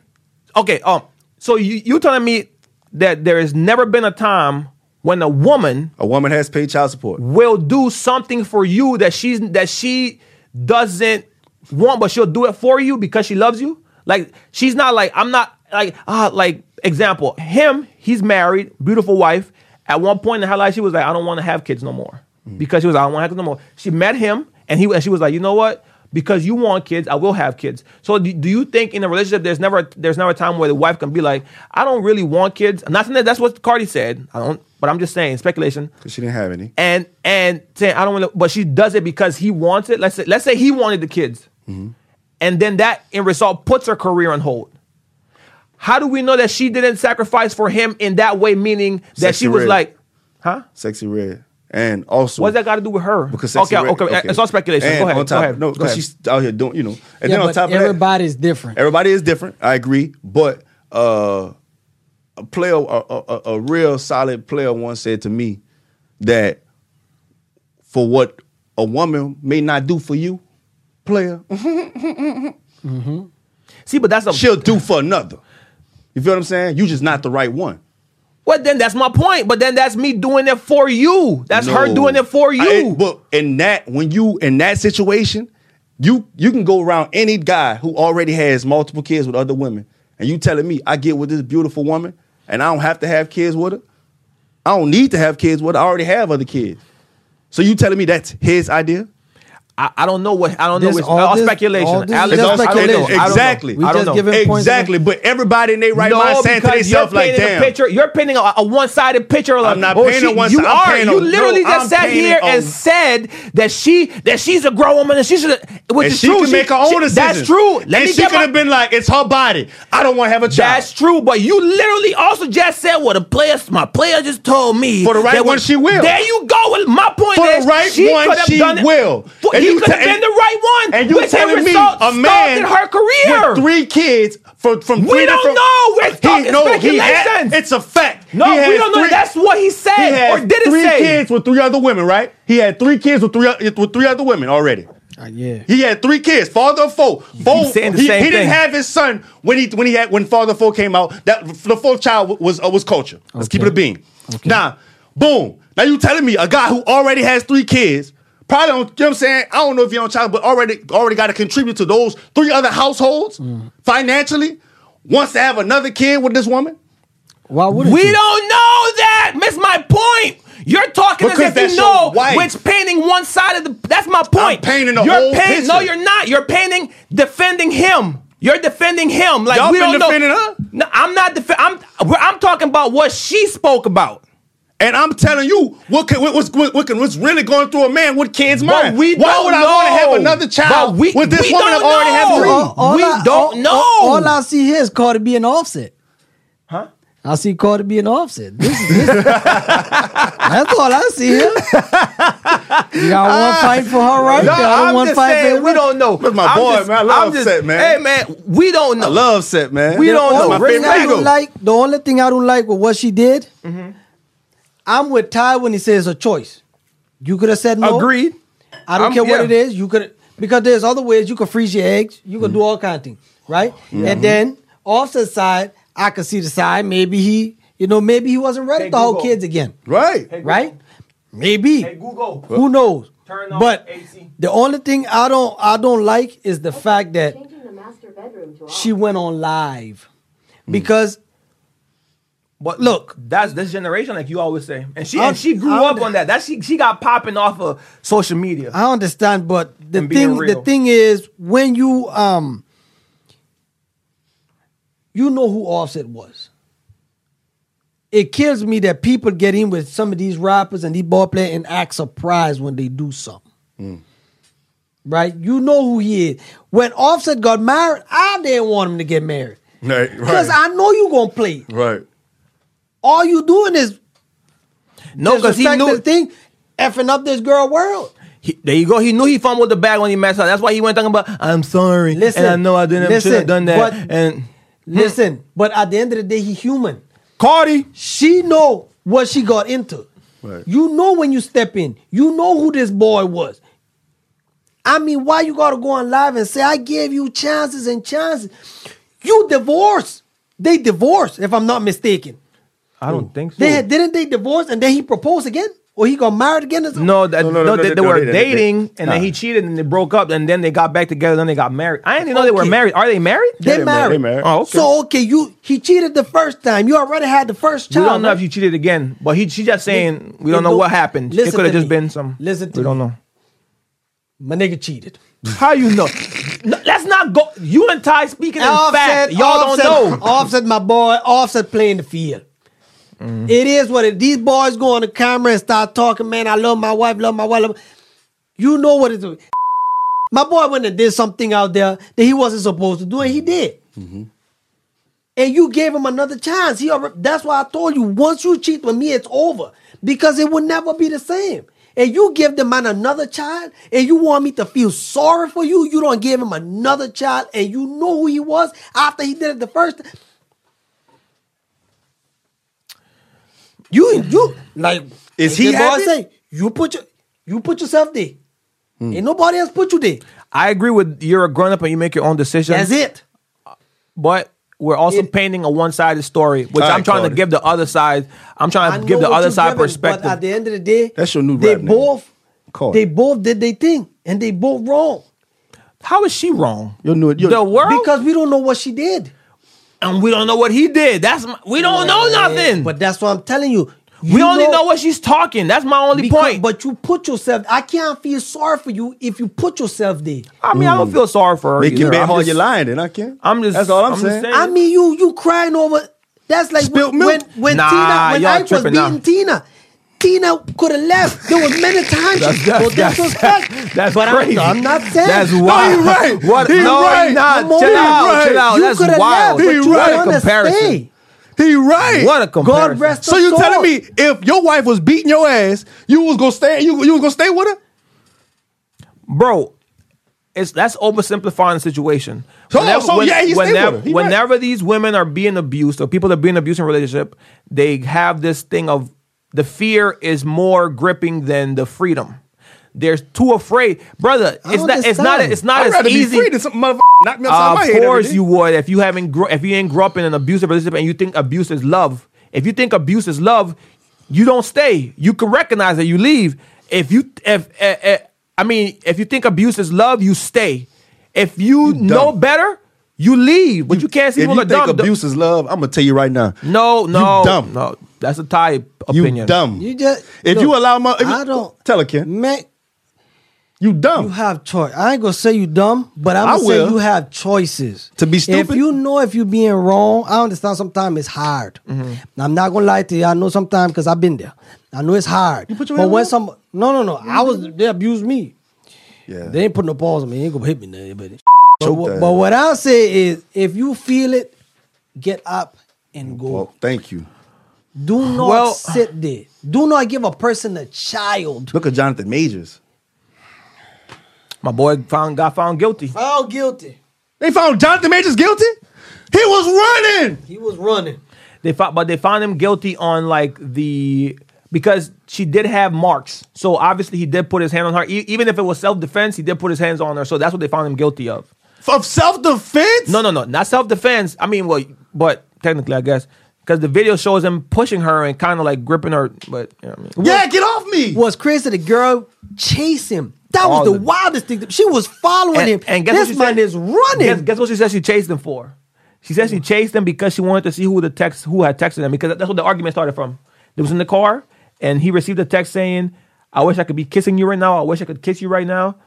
[SPEAKER 3] Okay, um, so you you telling me that there has never been a time when a woman
[SPEAKER 2] A woman has paid child support.
[SPEAKER 3] will do something for you that she's that she doesn't want, but she'll do it for you because she loves you. Like she's not like I'm not like ah like example him. He's married, beautiful wife. At one point in her life, she was like, I don't want to have kids no more because she was like, I don't want to have kids no more. She met him and he and she was like, you know what? Because you want kids, I will have kids. So do, do you think in a relationship there's never there's never a time where the wife can be like, I don't really want kids. I'm not saying that that's what Cardi said. I don't, but I'm just saying speculation
[SPEAKER 2] She didn't have any.
[SPEAKER 3] and and saying I don't want to, but she does it because he wants it. Let's say, let's say he wanted the kids,
[SPEAKER 2] Mm-hmm.
[SPEAKER 3] and then that in result puts her career on hold. How do we know that she didn't sacrifice for him in that way? Meaning that
[SPEAKER 2] Sexy
[SPEAKER 3] she was
[SPEAKER 2] red.
[SPEAKER 3] like, huh?
[SPEAKER 2] Sexy red. And also,
[SPEAKER 3] What's that got to do with her?
[SPEAKER 2] Because sexy
[SPEAKER 3] okay,
[SPEAKER 2] red-
[SPEAKER 3] okay, it's all speculation.
[SPEAKER 2] And
[SPEAKER 3] go ahead,
[SPEAKER 2] on top-
[SPEAKER 3] go ahead.
[SPEAKER 2] No,
[SPEAKER 3] go
[SPEAKER 2] because
[SPEAKER 3] ahead.
[SPEAKER 2] she's out here doing, you know. And
[SPEAKER 1] yeah,
[SPEAKER 2] then on
[SPEAKER 1] but
[SPEAKER 2] top of that,
[SPEAKER 1] everybody's different.
[SPEAKER 2] Everybody is different. I agree, but uh, a player, a, a, a- a real solid player, once said to me that for what a woman may not do for you, player, [LAUGHS]
[SPEAKER 3] See, but that's a
[SPEAKER 2] she'll do for another. You feel what I'm saying? You just not the right one.
[SPEAKER 3] well. Then that's my point. But then that's me doing it for you. That's her
[SPEAKER 2] No.
[SPEAKER 3] doing it for you.
[SPEAKER 2] I- but in that, when you in that situation, you you can go around any guy who already has multiple kids with other women, and you telling me I get with this beautiful woman, and I don't have to have kids with her. I don't need to have kids with her. I already have other kids. So you telling me that's his idea?
[SPEAKER 3] I, I don't know what I don't
[SPEAKER 1] This-
[SPEAKER 3] know. It's
[SPEAKER 1] all
[SPEAKER 3] all,
[SPEAKER 1] this-
[SPEAKER 3] speculation.
[SPEAKER 1] all this is
[SPEAKER 3] Alex,
[SPEAKER 1] just
[SPEAKER 3] I don't know. I don't know.
[SPEAKER 1] speculation.
[SPEAKER 2] Exactly.
[SPEAKER 3] I don't
[SPEAKER 2] We
[SPEAKER 1] just
[SPEAKER 3] know.
[SPEAKER 1] giving- Different points of
[SPEAKER 2] Exactly. But everybody in their right
[SPEAKER 3] no,
[SPEAKER 2] mind saying to
[SPEAKER 3] because
[SPEAKER 2] themselves
[SPEAKER 3] you're
[SPEAKER 2] like,
[SPEAKER 3] painting
[SPEAKER 2] "Damn."
[SPEAKER 3] a picture. You're painting a, a one-sided picture. Like,
[SPEAKER 2] I'm not
[SPEAKER 3] oh,
[SPEAKER 2] painting
[SPEAKER 3] she,
[SPEAKER 2] a one-
[SPEAKER 3] You
[SPEAKER 2] I'm
[SPEAKER 3] are.
[SPEAKER 2] painting a-
[SPEAKER 3] you literally
[SPEAKER 2] no,
[SPEAKER 3] just
[SPEAKER 2] I'm
[SPEAKER 3] sat
[SPEAKER 2] painting
[SPEAKER 3] here
[SPEAKER 2] a-
[SPEAKER 3] and said that she that she's a grown woman and she should. Which
[SPEAKER 2] And
[SPEAKER 3] is
[SPEAKER 2] she
[SPEAKER 3] true.
[SPEAKER 2] can make her own
[SPEAKER 3] she-
[SPEAKER 2] decisions.
[SPEAKER 3] That's true. Let
[SPEAKER 2] and
[SPEAKER 3] me
[SPEAKER 2] she
[SPEAKER 3] get
[SPEAKER 2] could
[SPEAKER 3] my,
[SPEAKER 2] have been like, "It's her body. I don't want to have a child."
[SPEAKER 3] That's true, but you literally also just said what a player, my player just told me.
[SPEAKER 2] For the right
[SPEAKER 3] that
[SPEAKER 2] one,
[SPEAKER 3] when-
[SPEAKER 2] she will.
[SPEAKER 3] There you go. Well, My point
[SPEAKER 2] For the
[SPEAKER 3] is,
[SPEAKER 2] right
[SPEAKER 3] she
[SPEAKER 2] one,
[SPEAKER 3] could have
[SPEAKER 2] she
[SPEAKER 3] done it.
[SPEAKER 2] will.
[SPEAKER 3] For,
[SPEAKER 2] And
[SPEAKER 3] he
[SPEAKER 2] you
[SPEAKER 3] could have
[SPEAKER 2] te-
[SPEAKER 3] been the right one.
[SPEAKER 2] And you
[SPEAKER 3] which
[SPEAKER 2] telling me
[SPEAKER 3] result,
[SPEAKER 2] a man
[SPEAKER 3] started her career.
[SPEAKER 2] with three kids from from
[SPEAKER 3] We
[SPEAKER 2] three
[SPEAKER 3] don't
[SPEAKER 2] different-
[SPEAKER 3] know. We're talking
[SPEAKER 2] he had,
[SPEAKER 3] speculations.
[SPEAKER 2] it's a fact.
[SPEAKER 3] no,
[SPEAKER 2] He
[SPEAKER 3] we
[SPEAKER 2] has
[SPEAKER 3] don't know.
[SPEAKER 2] three-
[SPEAKER 3] That's what he said
[SPEAKER 2] he has
[SPEAKER 3] or didn't
[SPEAKER 2] three
[SPEAKER 3] say.
[SPEAKER 2] kids with three other women, right? He had three kids with three oth- with three other women already.
[SPEAKER 1] Uh, yeah.
[SPEAKER 2] He had three kids, father of four. Four.
[SPEAKER 3] keep saying the
[SPEAKER 2] he
[SPEAKER 3] same
[SPEAKER 2] he didn't
[SPEAKER 3] thing.
[SPEAKER 2] have his son when he when he had when father of four came out. That the fourth child wa- was uh, was culture. Let's keep it a
[SPEAKER 1] Okay.
[SPEAKER 2] bean. Now, boom. Now you telling me a guy who already has three kids, probably on, you know what I'm saying? I don't know if you're on child, but already already got to contribute to those three other households
[SPEAKER 3] Mm.
[SPEAKER 2] financially. Wants to have another kid with this woman.
[SPEAKER 1] Why would
[SPEAKER 3] We don't know that. Miss my point. You're talking
[SPEAKER 2] Because
[SPEAKER 3] as if
[SPEAKER 2] that's
[SPEAKER 3] you
[SPEAKER 2] your
[SPEAKER 3] know
[SPEAKER 2] wife.
[SPEAKER 3] which painting painting one side of the. That's my point.
[SPEAKER 2] painting the
[SPEAKER 3] you're
[SPEAKER 2] whole
[SPEAKER 3] paint- No,
[SPEAKER 2] picture.
[SPEAKER 3] you're not. You're painting defending him. You're defending him. Like
[SPEAKER 2] Y'all
[SPEAKER 3] we
[SPEAKER 2] been
[SPEAKER 3] don't know.
[SPEAKER 2] defending her?
[SPEAKER 3] No, I'm not defend. I'm. I'm talking about what she spoke about.
[SPEAKER 2] And I'm telling you, what can, what, what's, what, what can, what's really going through a man with kids'
[SPEAKER 3] But
[SPEAKER 2] mind?
[SPEAKER 3] we
[SPEAKER 2] Why
[SPEAKER 3] don't
[SPEAKER 2] would I want to
[SPEAKER 3] know.
[SPEAKER 2] have another child
[SPEAKER 3] But we-
[SPEAKER 2] with this
[SPEAKER 3] we
[SPEAKER 2] woman
[SPEAKER 3] don't
[SPEAKER 2] I've already
[SPEAKER 3] know.
[SPEAKER 2] had three?
[SPEAKER 3] Uh, We
[SPEAKER 1] all-
[SPEAKER 3] don't know.
[SPEAKER 1] All, I see here is Cardi B and Offset.
[SPEAKER 3] Huh?
[SPEAKER 1] I see Cardi B and Offset. This is, this that's all I see here. You got one fight for her right
[SPEAKER 3] Ah. No,
[SPEAKER 1] there. other
[SPEAKER 3] I'm
[SPEAKER 1] one
[SPEAKER 3] just
[SPEAKER 1] fight for
[SPEAKER 3] saying
[SPEAKER 1] him
[SPEAKER 3] we
[SPEAKER 1] right-
[SPEAKER 3] don't know.
[SPEAKER 2] That's my
[SPEAKER 3] I'm
[SPEAKER 2] boy,
[SPEAKER 3] just-
[SPEAKER 2] man. I love
[SPEAKER 3] I'm just-
[SPEAKER 2] Upset, man.
[SPEAKER 3] Hey man, we don't know.
[SPEAKER 2] I love set, man.
[SPEAKER 3] We
[SPEAKER 1] The
[SPEAKER 3] don't know.
[SPEAKER 1] only
[SPEAKER 2] My
[SPEAKER 1] thing
[SPEAKER 2] favorite
[SPEAKER 1] I don't
[SPEAKER 2] angle.
[SPEAKER 1] like, the only thing I don't like with what she did,
[SPEAKER 3] Mm-hmm.
[SPEAKER 1] I'm with Ty when he says a choice. You could have said no.
[SPEAKER 3] Agreed.
[SPEAKER 1] I don't
[SPEAKER 3] I'm-
[SPEAKER 1] care what
[SPEAKER 3] yeah.
[SPEAKER 1] it is. You could because there's other ways. You could freeze your eggs. You could do all kind of things, right? And then offset side, I could see the side. Maybe he, you know, maybe he wasn't ready
[SPEAKER 3] Hey,
[SPEAKER 1] to hold
[SPEAKER 3] Google.
[SPEAKER 1] kids again,
[SPEAKER 2] Right.
[SPEAKER 1] right? Maybe.
[SPEAKER 3] Google.
[SPEAKER 1] Who knows?
[SPEAKER 3] Turn on
[SPEAKER 1] but
[SPEAKER 3] AC.
[SPEAKER 1] the only thing I don't I don't like is the fact that
[SPEAKER 4] Changing the master bedroom to
[SPEAKER 1] she
[SPEAKER 4] off.
[SPEAKER 1] went on live because
[SPEAKER 3] But
[SPEAKER 1] Look.
[SPEAKER 3] that's this generation, like you always say, and she
[SPEAKER 1] I-
[SPEAKER 3] and she grew
[SPEAKER 1] I
[SPEAKER 3] up on that. That she she got popping off of social media.
[SPEAKER 1] I understand, but the
[SPEAKER 3] And being
[SPEAKER 1] thing the
[SPEAKER 3] real.
[SPEAKER 1] thing is when you um you know who Offset was. It kills me that people get in with some of these rappers and these ball players and act surprised when they do something.
[SPEAKER 3] Hmm.
[SPEAKER 1] Right? You know who he is. When Offset got married, I didn't want him to get married.
[SPEAKER 2] Right.
[SPEAKER 1] Because
[SPEAKER 2] Right.
[SPEAKER 1] I know you gonna play.
[SPEAKER 2] Right.
[SPEAKER 1] All you doing is
[SPEAKER 3] no, because he
[SPEAKER 1] disrespect
[SPEAKER 3] knew.
[SPEAKER 1] this thing, effing up this girl world.
[SPEAKER 3] he- there you go. He knew he fumbled the bag when he messed up. That's why he went talking about. I'm sorry.
[SPEAKER 1] Listen,
[SPEAKER 3] and I know I didn't should
[SPEAKER 1] listen,
[SPEAKER 3] have done that.
[SPEAKER 1] but-
[SPEAKER 3] and Hmm.
[SPEAKER 1] Listen, but at the end of the day, he human.
[SPEAKER 3] Cardi,
[SPEAKER 1] She know what she got into.
[SPEAKER 2] Right.
[SPEAKER 1] You know when you step in. You know who this boy was. I mean, why you gotta go on live and say I gave you chances and chances? You divorced. They divorced, if I'm not mistaken.
[SPEAKER 3] I don't think so.
[SPEAKER 1] They had, didn't they divorce and then he proposed again, or he got married again? Or something?
[SPEAKER 3] no, that, no,
[SPEAKER 2] No, no, no,
[SPEAKER 3] they,
[SPEAKER 2] no,
[SPEAKER 3] they
[SPEAKER 2] no,
[SPEAKER 3] were
[SPEAKER 2] they- they- they-
[SPEAKER 3] dating, and then
[SPEAKER 2] nah.
[SPEAKER 3] he cheated, and they broke up, and then they got back together, then they got married. I didn't even know they were
[SPEAKER 1] Okay.
[SPEAKER 3] married. Are they married?
[SPEAKER 1] they married.
[SPEAKER 2] they married.
[SPEAKER 3] Oh, okay.
[SPEAKER 1] So okay, you he cheated the first time. You already had the first
[SPEAKER 3] we
[SPEAKER 1] child.
[SPEAKER 3] don't know
[SPEAKER 1] right?
[SPEAKER 3] if you cheated again, but he she just saying we
[SPEAKER 1] it
[SPEAKER 3] don't know
[SPEAKER 1] don't-
[SPEAKER 3] what happened. It
[SPEAKER 1] listen
[SPEAKER 3] could have
[SPEAKER 1] to
[SPEAKER 3] just
[SPEAKER 1] me.
[SPEAKER 3] been some.
[SPEAKER 1] Listen to
[SPEAKER 3] we don't
[SPEAKER 1] me.
[SPEAKER 3] know.
[SPEAKER 1] My nigga cheated.
[SPEAKER 3] How you know? No, let's not go. You and Ty speaking in fact. Y'all
[SPEAKER 1] offset,
[SPEAKER 3] don't know.
[SPEAKER 1] Offset, my boy, offset playing the field.
[SPEAKER 3] Mm-hmm.
[SPEAKER 1] It is what it. These boys go on the camera and start talking. Man, I love my wife. Love my wife. love my-" you know what it is. My boy went and did something out there that he wasn't supposed to do, and he did. And you gave him another chance. He already, that's why I told you once you cheat with me, it's over because it will never be the same. And you give the man another child, and you want me to feel sorry for you. You don't give him another child, and you know who he was after he did it the first. time. You you like
[SPEAKER 2] Is
[SPEAKER 1] like the
[SPEAKER 2] he
[SPEAKER 1] boy
[SPEAKER 2] happy?
[SPEAKER 1] say Hmm. you put your you put yourself there. Ain't nobody else put you there.
[SPEAKER 3] I agree with you're a grown up and you make your own decisions.
[SPEAKER 1] That's it.
[SPEAKER 3] But we're also
[SPEAKER 1] It-
[SPEAKER 3] painting a one sided story, which
[SPEAKER 2] All right,
[SPEAKER 3] I'm trying to
[SPEAKER 2] Cardi.
[SPEAKER 3] give the other side. I'm trying to
[SPEAKER 1] I
[SPEAKER 3] give
[SPEAKER 1] know
[SPEAKER 3] the
[SPEAKER 1] what
[SPEAKER 3] other
[SPEAKER 1] you're giving,
[SPEAKER 3] side
[SPEAKER 1] But at
[SPEAKER 3] perspective.
[SPEAKER 1] the end of the day,
[SPEAKER 2] That's your new
[SPEAKER 1] They
[SPEAKER 2] rap name.
[SPEAKER 1] both,
[SPEAKER 2] Cardi.
[SPEAKER 1] they both did their thing, and they both wrong
[SPEAKER 3] How is she wrong?
[SPEAKER 2] You knew it. You-
[SPEAKER 3] the world,
[SPEAKER 1] because we don't know what she did.
[SPEAKER 3] and we don't know what he did. That's my, we don't know Oh, nothing.
[SPEAKER 1] But that's what I'm telling you.
[SPEAKER 3] we
[SPEAKER 1] You
[SPEAKER 3] only know, what she's talking. That's my only
[SPEAKER 1] because-
[SPEAKER 3] point.
[SPEAKER 1] But you put yourself. I can't feel sorry for you if you put yourself there.
[SPEAKER 3] I mean,
[SPEAKER 1] Mm.
[SPEAKER 3] I don't feel sorry for her.
[SPEAKER 2] Make
[SPEAKER 3] either.
[SPEAKER 2] your bed
[SPEAKER 3] I'm
[SPEAKER 2] hard,
[SPEAKER 3] just-
[SPEAKER 2] you're lying then, I can't.
[SPEAKER 3] I'm just-
[SPEAKER 2] That's all I'm,
[SPEAKER 3] I'm just
[SPEAKER 2] saying.
[SPEAKER 3] saying.
[SPEAKER 1] I mean, you you crying over. That's like
[SPEAKER 2] Spilt
[SPEAKER 1] when
[SPEAKER 2] milk?
[SPEAKER 1] when, when
[SPEAKER 3] Nah,
[SPEAKER 1] Tina when
[SPEAKER 3] y'all
[SPEAKER 1] I was
[SPEAKER 3] tripping
[SPEAKER 1] beating
[SPEAKER 3] now.
[SPEAKER 1] Tina. Tina could have left. There was many times
[SPEAKER 3] That's-
[SPEAKER 1] she
[SPEAKER 3] that's-
[SPEAKER 1] was
[SPEAKER 3] that's-
[SPEAKER 1] disrespect.
[SPEAKER 3] that's
[SPEAKER 1] but I'm-
[SPEAKER 3] crazy.
[SPEAKER 1] I'm, not saying
[SPEAKER 3] That's
[SPEAKER 1] No,
[SPEAKER 3] wild.
[SPEAKER 2] he right.
[SPEAKER 3] [LAUGHS] What?
[SPEAKER 2] He
[SPEAKER 3] no,
[SPEAKER 2] right.
[SPEAKER 3] he not.
[SPEAKER 1] Come on.
[SPEAKER 3] Chill out.
[SPEAKER 2] Right.
[SPEAKER 3] Chill out.
[SPEAKER 1] You
[SPEAKER 3] That's
[SPEAKER 1] coulda
[SPEAKER 3] wild.
[SPEAKER 1] left, but you
[SPEAKER 3] what a
[SPEAKER 1] wanna
[SPEAKER 3] comparison.
[SPEAKER 1] stay.
[SPEAKER 2] He right.
[SPEAKER 3] What a comparison.
[SPEAKER 1] God rest
[SPEAKER 2] So
[SPEAKER 1] her
[SPEAKER 2] you
[SPEAKER 1] soul.
[SPEAKER 2] telling me if your wife was beating your ass, you was gonna stay you, you was gonna stay with her?
[SPEAKER 3] bro. It's that's oversimplifying the situation.
[SPEAKER 2] So- so yeah, he stayed with
[SPEAKER 3] whenever,
[SPEAKER 2] her. He right.
[SPEAKER 3] whenever these women are being abused or people are being abused in a relationship, they have this thing of the fear is more gripping than the freedom. They're too afraid, brother.
[SPEAKER 1] I
[SPEAKER 3] It's not. It's not.
[SPEAKER 1] understand.
[SPEAKER 3] It's not
[SPEAKER 2] I'd rather
[SPEAKER 3] as
[SPEAKER 2] be free
[SPEAKER 3] easy.
[SPEAKER 2] than some motherfucker knock me upside my
[SPEAKER 3] Uh, of
[SPEAKER 2] head. every
[SPEAKER 3] course
[SPEAKER 2] day.
[SPEAKER 3] you would if you haven't grow if you ain't grew up in an abusive relationship and you think abuse is love if you think abuse is love you don't stay you can recognize that you leave if you if eh, eh, i mean if you think abuse is love you stay if you, know
[SPEAKER 2] dumb.
[SPEAKER 3] better you leave but you, can't see
[SPEAKER 2] if
[SPEAKER 3] people
[SPEAKER 2] you
[SPEAKER 3] are
[SPEAKER 2] think
[SPEAKER 3] dumb.
[SPEAKER 2] abuse is love, I'm gonna tell you right now.
[SPEAKER 3] no no
[SPEAKER 2] dumb.
[SPEAKER 3] no that's a type
[SPEAKER 2] You
[SPEAKER 3] opinion
[SPEAKER 2] dumb.
[SPEAKER 1] You just
[SPEAKER 2] If
[SPEAKER 1] look,
[SPEAKER 2] you allow my, if you,
[SPEAKER 1] I don't
[SPEAKER 2] tell her, Ken.
[SPEAKER 1] Man,
[SPEAKER 2] You dumb.
[SPEAKER 1] You have choice. I ain't gonna say you dumb, but I'm
[SPEAKER 2] I
[SPEAKER 1] gonna say
[SPEAKER 2] will.
[SPEAKER 1] you have choices.
[SPEAKER 2] To be
[SPEAKER 1] If
[SPEAKER 2] stupid?
[SPEAKER 1] you know if you're being wrong, I understand sometimes it's hard.
[SPEAKER 2] Mm-hmm.
[SPEAKER 1] I'm not gonna lie to you. I know sometimes because I've been there. I know it's hard.
[SPEAKER 2] put your
[SPEAKER 1] but
[SPEAKER 2] hand
[SPEAKER 1] when
[SPEAKER 2] up?
[SPEAKER 1] some no no no, I was they abused me.
[SPEAKER 2] yeah.
[SPEAKER 1] They ain't put no balls on me. They ain't gonna hit me there, but but,
[SPEAKER 2] Choke
[SPEAKER 1] what-
[SPEAKER 2] that.
[SPEAKER 1] but what I say is if you feel it, get up and go.
[SPEAKER 2] well, thank you. [SIGHS]
[SPEAKER 1] Do not
[SPEAKER 3] Well-
[SPEAKER 1] sit there. Do not give a person a child.
[SPEAKER 2] Look at Jonathan Majors.
[SPEAKER 3] My boy found got found guilty.
[SPEAKER 1] Found guilty.
[SPEAKER 2] They found Jonathan Majors guilty. He was running.
[SPEAKER 1] He was running.
[SPEAKER 3] They found, but they found him guilty on like the because she did have marks. So obviously he did put his hand on her. E- even if it was self defense, he did put his hands on her. So that's what they found him guilty of.
[SPEAKER 2] Of self defense.
[SPEAKER 3] No, no, no, not self defense. I mean, well, but technically, I guess because the video shows him pushing her and kind of like gripping her. But you know what I mean.
[SPEAKER 2] Yeah, get off me.
[SPEAKER 1] What's crazy? The girl chased him. That
[SPEAKER 3] All
[SPEAKER 1] was the,
[SPEAKER 3] the-
[SPEAKER 1] wildest thing. She was following him.
[SPEAKER 3] guess what
[SPEAKER 1] this
[SPEAKER 3] she
[SPEAKER 1] man
[SPEAKER 3] said?
[SPEAKER 1] is running.
[SPEAKER 3] Guess, guess what she said she chased him for? She said she chased him because she wanted to see who the text who had texted him because that's what the argument started from. It was in the car and he received a text saying, "I wish I could be kissing you right now. I wish I could kiss you right now."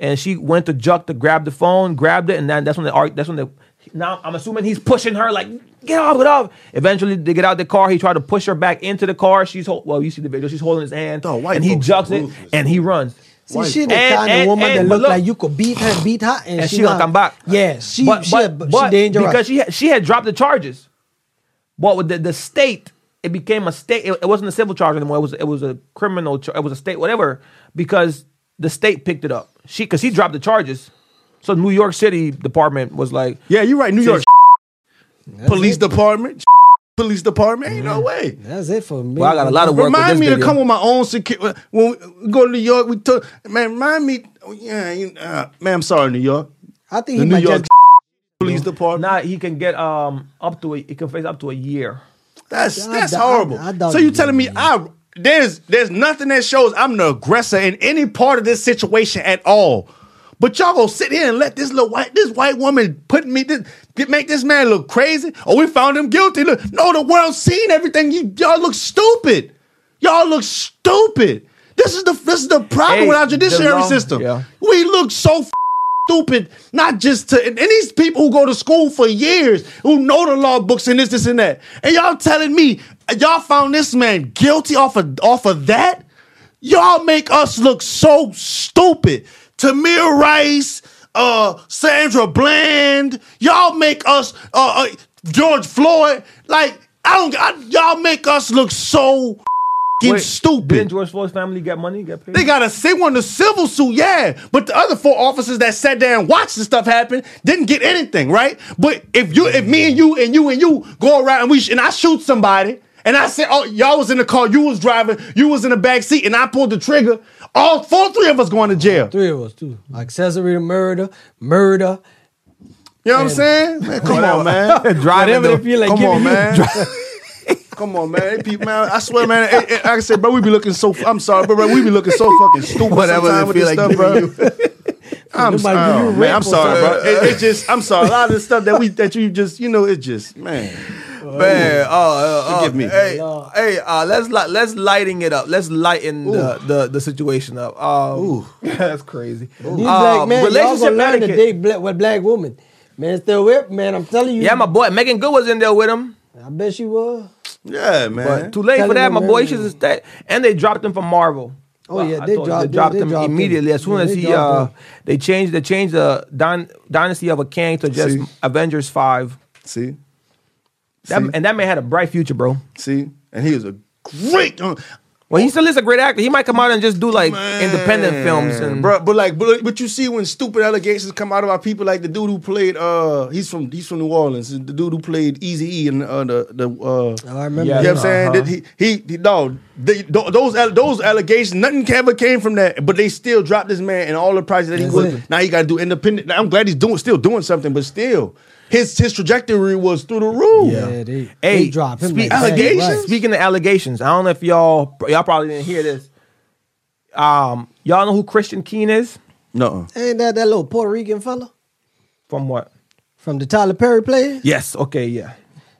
[SPEAKER 3] And she went to Juck to grab the phone, grabbed it, and then that's when the arg- that's when the now I'm assuming he's pushing her like get off, get off. Eventually they get out the car. He tried to push her back into the car. She's hol- well, you see the video. She's holding his hand,
[SPEAKER 2] Dog, white
[SPEAKER 3] and he
[SPEAKER 2] folks are
[SPEAKER 3] jucks it,
[SPEAKER 2] ruthless.
[SPEAKER 3] and he runs.
[SPEAKER 1] See, she the
[SPEAKER 3] And-
[SPEAKER 1] kind of
[SPEAKER 3] and-
[SPEAKER 1] woman
[SPEAKER 3] and-
[SPEAKER 1] that
[SPEAKER 3] but
[SPEAKER 1] look,
[SPEAKER 3] look-
[SPEAKER 1] like you could beat her, beat her, and,
[SPEAKER 3] and she,
[SPEAKER 1] she
[SPEAKER 3] gonna
[SPEAKER 1] not-
[SPEAKER 3] come back.
[SPEAKER 1] Yeah, she,
[SPEAKER 3] but,
[SPEAKER 1] she,
[SPEAKER 3] but-
[SPEAKER 1] a-
[SPEAKER 3] but
[SPEAKER 1] she dangerous.
[SPEAKER 3] because she had, she had dropped the charges. But with the, the state, it became a state. It, it wasn't a civil charge anymore. It was it was a criminal. Char- it was a state whatever because the state picked it up. She because she dropped the charges. So the New York City department was like,
[SPEAKER 2] Yeah, you're right. New York.
[SPEAKER 3] Just-
[SPEAKER 2] Police department. Police department. Ain't no way.
[SPEAKER 1] That's it for me.
[SPEAKER 3] "Well, I got a lot of work." with
[SPEAKER 2] Remind
[SPEAKER 3] this
[SPEAKER 2] me to
[SPEAKER 3] video.
[SPEAKER 2] come with my own security. When we go to New York, we took man. Remind me, yeah, you- uh, man. I'm sorry, New York.
[SPEAKER 1] I think he
[SPEAKER 2] The New
[SPEAKER 1] might
[SPEAKER 2] York
[SPEAKER 1] just.
[SPEAKER 2] Police Department.
[SPEAKER 3] Now he can get um up to a, he can face up to a year.
[SPEAKER 2] that's
[SPEAKER 1] I- I-
[SPEAKER 2] that's
[SPEAKER 1] I-
[SPEAKER 2] horrible.
[SPEAKER 1] I doubt
[SPEAKER 2] so you
[SPEAKER 1] you,
[SPEAKER 2] telling me I there's there's nothing that shows I'm the aggressor in any part of this situation at all. But y'all gonna sit here and let this little white this white woman put me this get- make this man look crazy? Oh, we found him guilty. Look, no, the world's seen everything. You y'all look stupid. Y'all look stupid. This is the this is the problem
[SPEAKER 3] Hey,
[SPEAKER 2] with our
[SPEAKER 3] the
[SPEAKER 2] judiciary
[SPEAKER 3] law-
[SPEAKER 2] system.
[SPEAKER 3] yeah.
[SPEAKER 2] We look so f- stupid, not just to and, and these people who go to school for years, who know the law books and this, this, and that. And y'all telling me y'all found this man guilty off of off of that? Y'all make us look so stupid. Tamir Rice, uh, Sandra Bland, y'all make us uh, uh George Floyd, like I don't I, y'all make us look so f***ing
[SPEAKER 3] Wait,
[SPEAKER 2] stupid.
[SPEAKER 3] Didn't George Floyd's family get money? Get paid?
[SPEAKER 2] They got a they won the civil suit, yeah. But the other four officers that sat there and watched the stuff happen didn't get anything, right? But if you, if me and you and you and you go around and we sh- and I shoot somebody, and I say, oh, y'all was in the car, you was driving, you was in the back seat, and I pulled the trigger, all four, three of us going to jail.
[SPEAKER 1] Three of us, too. Accessory to murder, murder.
[SPEAKER 2] You know what I'm saying? Man, come on, man.
[SPEAKER 3] Driving
[SPEAKER 1] Whatever
[SPEAKER 3] though.
[SPEAKER 1] they feel like
[SPEAKER 2] come
[SPEAKER 1] giving
[SPEAKER 2] on,
[SPEAKER 1] you.
[SPEAKER 2] man. Come on, man. Hey, people, man. I swear, man. Hey, hey, like I said, bro, we be looking so. I'm sorry, but bro, we be looking so fucking stupid.
[SPEAKER 4] Whatever they
[SPEAKER 2] sometimes with
[SPEAKER 4] feel
[SPEAKER 2] this
[SPEAKER 4] like giving
[SPEAKER 2] bro.
[SPEAKER 1] [LAUGHS]
[SPEAKER 2] I'm
[SPEAKER 1] Nobody give you
[SPEAKER 2] sorry,
[SPEAKER 1] rap
[SPEAKER 2] man. I'm
[SPEAKER 1] or
[SPEAKER 2] sorry, bro.
[SPEAKER 4] something.
[SPEAKER 2] It, it just, I'm sorry. A lot of the stuff that we, that you just, you know, it just, man.
[SPEAKER 4] Man, oh, oh, oh,
[SPEAKER 2] Forgive me.
[SPEAKER 4] Hey, hey, uh, let's li- let's lighting it up. Let's lighten the, the the situation up. Um,
[SPEAKER 3] [LAUGHS]
[SPEAKER 4] that's crazy.
[SPEAKER 1] You
[SPEAKER 4] Uh,
[SPEAKER 1] black man, y'all
[SPEAKER 3] Um, relationship
[SPEAKER 1] gonna learn to
[SPEAKER 3] etiquette.
[SPEAKER 1] date black, with black woman. Man, it's the whip, man. I'm telling you.
[SPEAKER 3] Yeah, my boy Megan Good was in there with him.
[SPEAKER 1] I bet she was.
[SPEAKER 2] Yeah,
[SPEAKER 3] But
[SPEAKER 2] man.
[SPEAKER 3] too late
[SPEAKER 1] Tell
[SPEAKER 3] for that,
[SPEAKER 1] them
[SPEAKER 3] my
[SPEAKER 1] I'm
[SPEAKER 3] boy.
[SPEAKER 1] married.
[SPEAKER 3] Should have stayed. And they dropped him from Marvel.
[SPEAKER 1] Oh,
[SPEAKER 3] Well,
[SPEAKER 1] yeah,
[SPEAKER 3] I
[SPEAKER 1] they
[SPEAKER 3] told you,
[SPEAKER 1] dropped-
[SPEAKER 3] they dropped
[SPEAKER 1] they
[SPEAKER 3] him
[SPEAKER 1] dropped him.
[SPEAKER 3] immediately. As soon
[SPEAKER 1] Yeah,
[SPEAKER 3] as
[SPEAKER 1] they
[SPEAKER 3] he,
[SPEAKER 1] dropped
[SPEAKER 3] uh,
[SPEAKER 1] him.
[SPEAKER 3] they changed, they changed the Dyn- Dynasty of a King to just
[SPEAKER 2] See?
[SPEAKER 3] Avengers Five.
[SPEAKER 2] see,
[SPEAKER 3] That,
[SPEAKER 2] See?
[SPEAKER 3] and that man had a bright future, bro.
[SPEAKER 2] see, and he was a great. uh,
[SPEAKER 3] Well, he still is a great actor. He might come out and just do like independent films and
[SPEAKER 2] bro. But like, but, but you see when stupid allegations come out about people, like the dude who played, uh, he's from he's from New Orleans, the dude who played Easy E and uh, the the
[SPEAKER 1] Oh,
[SPEAKER 2] uh,
[SPEAKER 1] I remember.
[SPEAKER 3] Yeah,
[SPEAKER 2] You know what I'm
[SPEAKER 1] that.
[SPEAKER 2] saying?
[SPEAKER 3] Uh-huh.
[SPEAKER 2] That He, he, he, no, they, tho- those, alle- those allegations, nothing ever came from that. But they still dropped this man and all the prices that he
[SPEAKER 1] That's
[SPEAKER 2] was.
[SPEAKER 1] it.
[SPEAKER 2] Now he got to do independent. Now, I'm glad he's doing, still doing something, but still, his his trajectory was through the roof.
[SPEAKER 1] Yeah, they,
[SPEAKER 3] Hey,
[SPEAKER 1] they drop him.
[SPEAKER 3] spe-
[SPEAKER 1] like that,
[SPEAKER 2] allegations?
[SPEAKER 1] right.
[SPEAKER 3] Speaking of allegations, I don't know if y'all y'all probably didn't hear this. Um, y'all know who Christian Keen is
[SPEAKER 2] No,
[SPEAKER 1] Ain't that that little Puerto Rican fella
[SPEAKER 3] from what?
[SPEAKER 1] from the Tyler Perry play?
[SPEAKER 3] Yes. Okay. Yeah.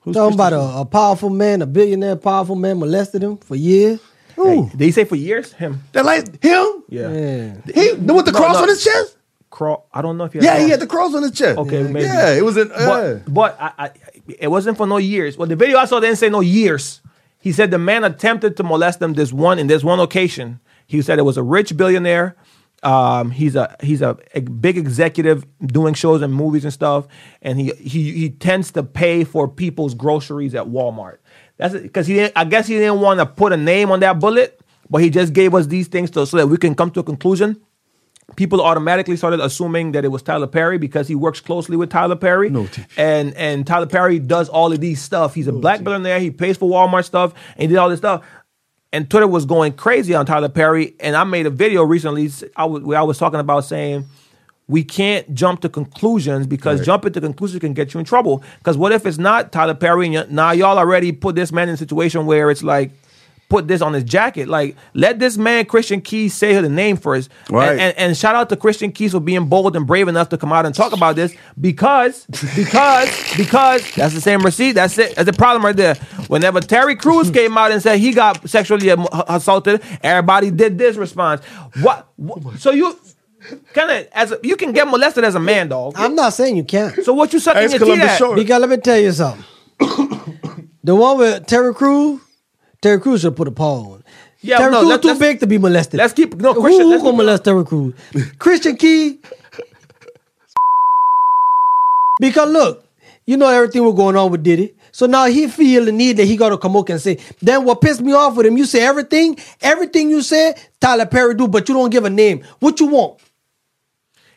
[SPEAKER 1] Talking about a, a powerful man, a billionaire powerful man molested him for years. Ooh.
[SPEAKER 3] Did he say for years? Him.
[SPEAKER 2] That like him?
[SPEAKER 3] Yeah.
[SPEAKER 1] Yeah.
[SPEAKER 2] He the- with the cross
[SPEAKER 3] no.
[SPEAKER 2] on his chest?
[SPEAKER 3] Crawl. I don't know if he had
[SPEAKER 2] Yeah,
[SPEAKER 3] cross.
[SPEAKER 2] he had the cross on his chest.
[SPEAKER 3] Okay, maybe.
[SPEAKER 2] Yeah, it was in. yeah.
[SPEAKER 3] But, but I, I, it wasn't for no years. Well, the video I saw didn't say no years. He said the man attempted to molest them this one in this one occasion. He said it was a rich billionaire. Um, he's a he's a, a big executive doing shows and movies and stuff, and he he he tends to pay for people's groceries at Walmart. That's because he didn't, I guess he didn't want to put a name on that bullet, but he just gave us these things to, so that we can come to a conclusion people automatically started assuming that it was Tyler Perry because he works closely with Tyler Perry.
[SPEAKER 2] No, T.
[SPEAKER 3] and and Tyler Perry does all of these stuff. He's a black billionaire. He pays for Walmart stuff and he did all this stuff. And Twitter was going crazy on Tyler Perry. And I made a video recently. s- I was where I was talking about saying we can't jump to conclusions because jumping to conclusions can get you in trouble. Because what if it's not Tyler Perry? And y- now y'all already put this man in a situation where it's like. Put this on his jacket. Like, let this man Christian Keys say the name first. And-
[SPEAKER 2] Right.
[SPEAKER 3] and, and shout out to Christian Keys for being bold and brave enough to come out and talk about this because because because that's the same receipt. That's it. That's the problem right there. Whenever Terry Crews came out and said he got sexually am- uh, assaulted, everybody did this response. What? what- so you kind of as a, you can get molested as a man, dog.
[SPEAKER 1] I'm not saying you can't.
[SPEAKER 3] So what you sucking
[SPEAKER 2] Ask
[SPEAKER 3] your teeth
[SPEAKER 2] Columbus
[SPEAKER 3] at?
[SPEAKER 2] Short.
[SPEAKER 1] Because let me tell you
[SPEAKER 3] [COUGHS]
[SPEAKER 1] something. the one with Terry Crews, Terry Crews should put a paw on.
[SPEAKER 3] Yeah,
[SPEAKER 1] Terry
[SPEAKER 3] no,
[SPEAKER 1] Crews
[SPEAKER 3] let-
[SPEAKER 1] too
[SPEAKER 3] let's-
[SPEAKER 1] big to be molested.
[SPEAKER 3] let's keep- no,
[SPEAKER 1] Who-
[SPEAKER 3] Christian-
[SPEAKER 1] Who,
[SPEAKER 3] let's
[SPEAKER 1] gonna
[SPEAKER 3] keep-
[SPEAKER 1] molest Terry Crews? Christian
[SPEAKER 3] [LAUGHS]
[SPEAKER 1] Key. because look, you know everything was going on with Diddy. So now he feel the need that he gotta come out and say. Then what pissed me off with him, you say everything, everything you said, Tyler Perry do, but you don't give a name. What you want?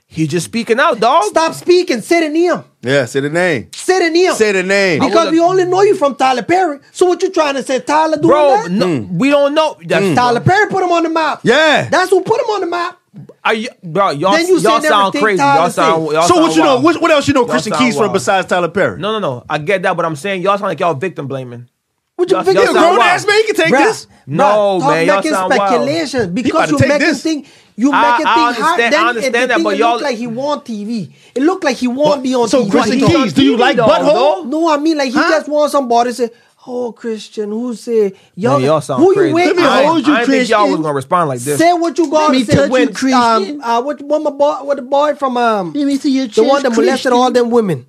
[SPEAKER 3] He just speaking out, dog.
[SPEAKER 1] Stop speaking. Say the name.
[SPEAKER 2] yeah, say the name.
[SPEAKER 1] Say the name.
[SPEAKER 2] Say the name.
[SPEAKER 1] Because we only know you from Tyler Perry. So what you trying to say, Tyler doing
[SPEAKER 3] Bro,
[SPEAKER 1] that?
[SPEAKER 3] no,
[SPEAKER 2] Mm.
[SPEAKER 3] we don't know. That's,
[SPEAKER 1] Tyler Perry put him on the map.
[SPEAKER 2] Yeah.
[SPEAKER 1] That's who put him on the map.
[SPEAKER 3] Are you, bro, y'all,
[SPEAKER 1] Then you
[SPEAKER 3] y'all
[SPEAKER 1] said
[SPEAKER 3] sound
[SPEAKER 1] everything
[SPEAKER 3] crazy.
[SPEAKER 1] Tyler
[SPEAKER 3] Y'all sound.
[SPEAKER 1] said.
[SPEAKER 3] Y'all
[SPEAKER 2] so
[SPEAKER 3] sound
[SPEAKER 2] what you know?
[SPEAKER 3] wild.
[SPEAKER 2] What, what else you know? Christian
[SPEAKER 3] sound
[SPEAKER 2] Keys from
[SPEAKER 3] wild.
[SPEAKER 2] besides Tyler Perry?
[SPEAKER 3] No, no, no. I get that, but I'm saying y'all sound like y'all victim blaming.
[SPEAKER 1] What you
[SPEAKER 3] Y'all-
[SPEAKER 1] figure?
[SPEAKER 3] y'all
[SPEAKER 2] a
[SPEAKER 3] sound
[SPEAKER 2] grown
[SPEAKER 3] wild.
[SPEAKER 2] ass man. He can take
[SPEAKER 1] Bruh,
[SPEAKER 2] this.
[SPEAKER 3] No,
[SPEAKER 1] bruh, stop
[SPEAKER 3] man, y'all
[SPEAKER 1] making
[SPEAKER 3] sound wild.
[SPEAKER 1] speculation
[SPEAKER 2] about
[SPEAKER 1] because
[SPEAKER 2] to
[SPEAKER 1] you
[SPEAKER 2] take
[SPEAKER 1] making
[SPEAKER 2] this.
[SPEAKER 1] thing. You
[SPEAKER 3] I-
[SPEAKER 1] making
[SPEAKER 3] I
[SPEAKER 1] thing hot. Then
[SPEAKER 3] understand- I
[SPEAKER 1] it-
[SPEAKER 3] understand
[SPEAKER 1] the
[SPEAKER 3] that,
[SPEAKER 1] thing,
[SPEAKER 3] but
[SPEAKER 1] it
[SPEAKER 3] y'all-
[SPEAKER 1] look like he want TV. It look like he want be on
[SPEAKER 2] So
[SPEAKER 1] TV.
[SPEAKER 2] Christian
[SPEAKER 1] He
[SPEAKER 2] Keys, do you
[SPEAKER 3] TV
[SPEAKER 2] like
[SPEAKER 3] dog,
[SPEAKER 2] butthole?
[SPEAKER 3] dog.
[SPEAKER 1] No, I mean like he just want somebody to say, "Oh, Christian, who said y'all?
[SPEAKER 3] Man, y'all sound
[SPEAKER 1] who
[SPEAKER 3] crazy.
[SPEAKER 1] you waiting
[SPEAKER 2] Let me
[SPEAKER 1] for?
[SPEAKER 3] I, ain't-
[SPEAKER 2] hold you,
[SPEAKER 3] I ain't think y'all
[SPEAKER 2] Christian.
[SPEAKER 3] was gonna respond like this.
[SPEAKER 1] Say what you got
[SPEAKER 5] me
[SPEAKER 1] to say.
[SPEAKER 5] touch you,
[SPEAKER 1] When,
[SPEAKER 5] Christian.
[SPEAKER 1] um, uh, what, what my boy, what the boy from um,
[SPEAKER 5] Let me see your
[SPEAKER 1] the one that
[SPEAKER 5] chest,
[SPEAKER 1] molested
[SPEAKER 5] Christian.
[SPEAKER 1] all them women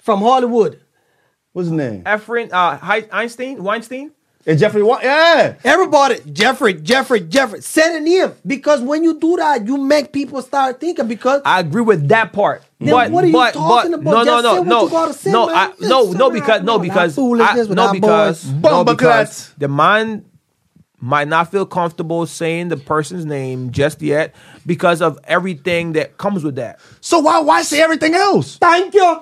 [SPEAKER 1] from Hollywood.
[SPEAKER 2] What's his name?
[SPEAKER 3] Efren, uh, Hei- Einstein, Weinstein.
[SPEAKER 2] And Jeffrey. Wa- yeah.
[SPEAKER 1] Everybody, Jeffrey, Jeffrey, Jeffrey, send it in because when you do that, you make people start thinking. Because
[SPEAKER 3] I agree with that part.
[SPEAKER 1] Then
[SPEAKER 3] but,
[SPEAKER 1] what are you
[SPEAKER 3] but,
[SPEAKER 1] talking
[SPEAKER 3] but,
[SPEAKER 1] about?
[SPEAKER 3] No,
[SPEAKER 1] Just
[SPEAKER 3] no,
[SPEAKER 1] say
[SPEAKER 3] no,
[SPEAKER 1] what
[SPEAKER 3] no,
[SPEAKER 1] you gotta say,
[SPEAKER 3] no,
[SPEAKER 1] man.
[SPEAKER 3] I,
[SPEAKER 1] Just
[SPEAKER 3] no,
[SPEAKER 1] sit
[SPEAKER 3] no,
[SPEAKER 1] around
[SPEAKER 3] because no,
[SPEAKER 1] and
[SPEAKER 3] because
[SPEAKER 1] foolishness
[SPEAKER 3] I,
[SPEAKER 1] with
[SPEAKER 3] no,
[SPEAKER 1] our
[SPEAKER 3] because
[SPEAKER 1] boys.
[SPEAKER 3] no,
[SPEAKER 2] Bumba
[SPEAKER 3] because
[SPEAKER 2] clots.
[SPEAKER 3] the man might not feel comfortable saying the person's name just yet because of everything that comes with that.
[SPEAKER 2] So why why say everything else?
[SPEAKER 1] thank you,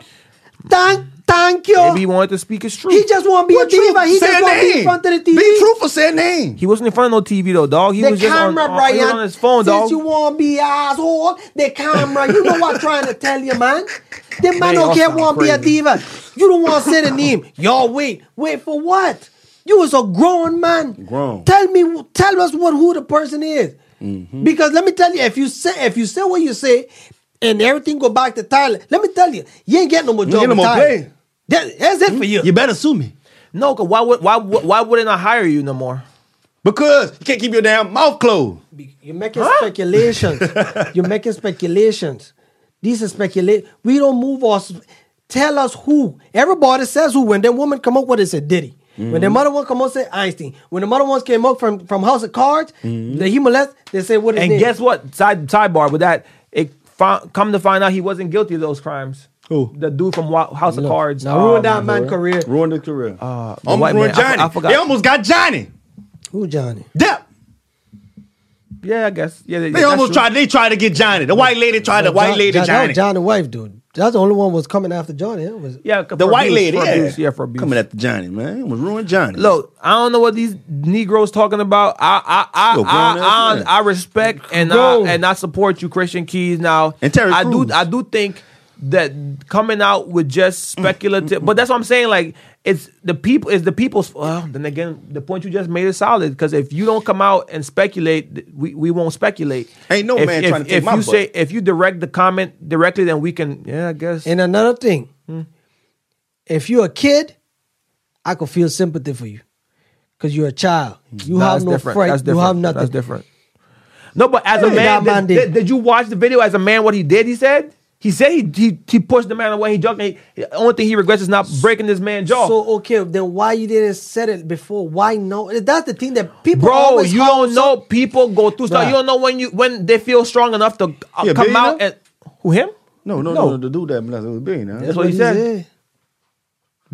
[SPEAKER 1] thank, thank you.
[SPEAKER 3] Maybe he wanted to speak his truth.
[SPEAKER 1] he just want to be a
[SPEAKER 2] What truth?
[SPEAKER 1] diva. He
[SPEAKER 2] Say
[SPEAKER 1] just
[SPEAKER 2] a
[SPEAKER 1] want to be in
[SPEAKER 2] name.
[SPEAKER 1] front of the TV.
[SPEAKER 2] Be truthful. Say a name.
[SPEAKER 3] He wasn't in front of no TV though, dog. He
[SPEAKER 1] The
[SPEAKER 3] was just on,
[SPEAKER 1] camera,
[SPEAKER 3] on,
[SPEAKER 1] Brian.
[SPEAKER 3] he was on his phone,
[SPEAKER 1] since
[SPEAKER 3] dog.
[SPEAKER 1] you want to be an asshole, the camera. You know what I'm trying to tell you, man. The man
[SPEAKER 3] y'all
[SPEAKER 1] don't care
[SPEAKER 3] sound
[SPEAKER 1] want to be a
[SPEAKER 3] crazy.
[SPEAKER 1] diva. You don't want to say the name. Y'all wait. Wait for what? You was a grown man.
[SPEAKER 2] Grown.
[SPEAKER 1] Tell me, tell us what who the person is. Because let me tell you, if you say if you say what you say, and everything go back to Tyler, let me tell you, you ain't getting no more job.
[SPEAKER 2] get no
[SPEAKER 1] with
[SPEAKER 2] more
[SPEAKER 1] Tyler.
[SPEAKER 2] play.
[SPEAKER 1] That- that's it for you.
[SPEAKER 2] You better sue me.
[SPEAKER 3] no, cause why would why would- why wouldn't I hire you no more?
[SPEAKER 2] Because you can't keep your damn mouth closed.
[SPEAKER 1] You're making
[SPEAKER 3] [LAUGHS]
[SPEAKER 1] speculations. You're making speculations. These are speculate. We don't move us. Tell us who. Everybody says who. When that woman come up, what is it? Diddy. When
[SPEAKER 3] Mm-hmm.
[SPEAKER 1] the mother one come up, say Einstein. When the mother ones came up from, from House of Cards, the he molest, they say what is
[SPEAKER 3] Mm-hmm. And
[SPEAKER 1] name?
[SPEAKER 3] guess what? Side sidebar with that, it found, come to find out he wasn't guilty of those crimes.
[SPEAKER 2] Who?
[SPEAKER 3] The dude from Wa- House of Cards.
[SPEAKER 1] Now ruined that
[SPEAKER 3] um,
[SPEAKER 1] man career.
[SPEAKER 2] Ruined the career.
[SPEAKER 3] Uh, the white
[SPEAKER 2] almost ruined
[SPEAKER 3] man. I for-
[SPEAKER 2] Johnny.
[SPEAKER 3] I forgot.
[SPEAKER 2] They almost got Johnny.
[SPEAKER 1] Who Johnny?
[SPEAKER 2] Depp.
[SPEAKER 3] Yeah, I guess. Yeah,
[SPEAKER 2] They almost tried. They tried to get Johnny. The white lady tried. The white
[SPEAKER 1] John-
[SPEAKER 2] lady
[SPEAKER 1] John- that
[SPEAKER 2] Johnny.
[SPEAKER 1] was Johnny wife, dude. That's the only one was coming after Johnny. It was
[SPEAKER 3] Yeah, for
[SPEAKER 2] The white
[SPEAKER 3] abuse,
[SPEAKER 2] lady.
[SPEAKER 3] for
[SPEAKER 2] Yeah.
[SPEAKER 3] abuse, yeah, for abuse.
[SPEAKER 2] Coming after Johnny, man. It was ruined Johnny.
[SPEAKER 3] Look, I don't know what these Negroes talking about. I I I
[SPEAKER 2] Yo, grown ass
[SPEAKER 3] I,
[SPEAKER 2] man.
[SPEAKER 3] I, I respect and I,
[SPEAKER 1] Grown.
[SPEAKER 3] and I support you, Christian Keys. Now
[SPEAKER 2] And Terry
[SPEAKER 3] I
[SPEAKER 2] Crews.
[SPEAKER 3] do I do think that coming out with just
[SPEAKER 2] Mm.
[SPEAKER 3] speculative, but that's what I'm saying. Like it's the people, it's the people's. Well, then again, the point you just made is solid because if you don't come out and speculate, th- we, we won't speculate.
[SPEAKER 2] Ain't no
[SPEAKER 3] if,
[SPEAKER 2] man
[SPEAKER 3] if,
[SPEAKER 2] trying to take
[SPEAKER 3] if
[SPEAKER 2] my
[SPEAKER 3] you
[SPEAKER 2] butt.
[SPEAKER 3] say if you direct the comment directly, then we can. Yeah, I guess.
[SPEAKER 1] And another thing, if you're a kid, I could feel sympathy for you. because you're a child. You
[SPEAKER 3] No,
[SPEAKER 1] have
[SPEAKER 3] that's
[SPEAKER 1] no
[SPEAKER 3] different.
[SPEAKER 1] fright.
[SPEAKER 3] That's
[SPEAKER 1] You
[SPEAKER 3] different.
[SPEAKER 1] have nothing.
[SPEAKER 3] That's different.
[SPEAKER 6] No, but as a
[SPEAKER 1] Hey,
[SPEAKER 6] man,
[SPEAKER 1] that
[SPEAKER 6] did,
[SPEAKER 1] man
[SPEAKER 6] did-
[SPEAKER 1] did.
[SPEAKER 6] did you watch the video as a man what he did? He said he said he he, he pushed the man away. He jumped. and He, the only thing he regrets is not breaking this man's jaw.
[SPEAKER 1] So okay, then why you didn't said it before? Why no? That's the thing that people.
[SPEAKER 6] Bro,
[SPEAKER 1] always
[SPEAKER 6] you
[SPEAKER 1] hold
[SPEAKER 6] don't know.
[SPEAKER 1] some-
[SPEAKER 6] people go through stuff.
[SPEAKER 1] Bruh.
[SPEAKER 6] You don't know when you when they feel strong enough to uh,
[SPEAKER 2] Yeah,
[SPEAKER 6] come
[SPEAKER 2] Biggie,
[SPEAKER 6] out
[SPEAKER 2] though.
[SPEAKER 6] and who him?
[SPEAKER 2] No, no, no, the dude that molested was being. Huh?
[SPEAKER 6] That's what he said.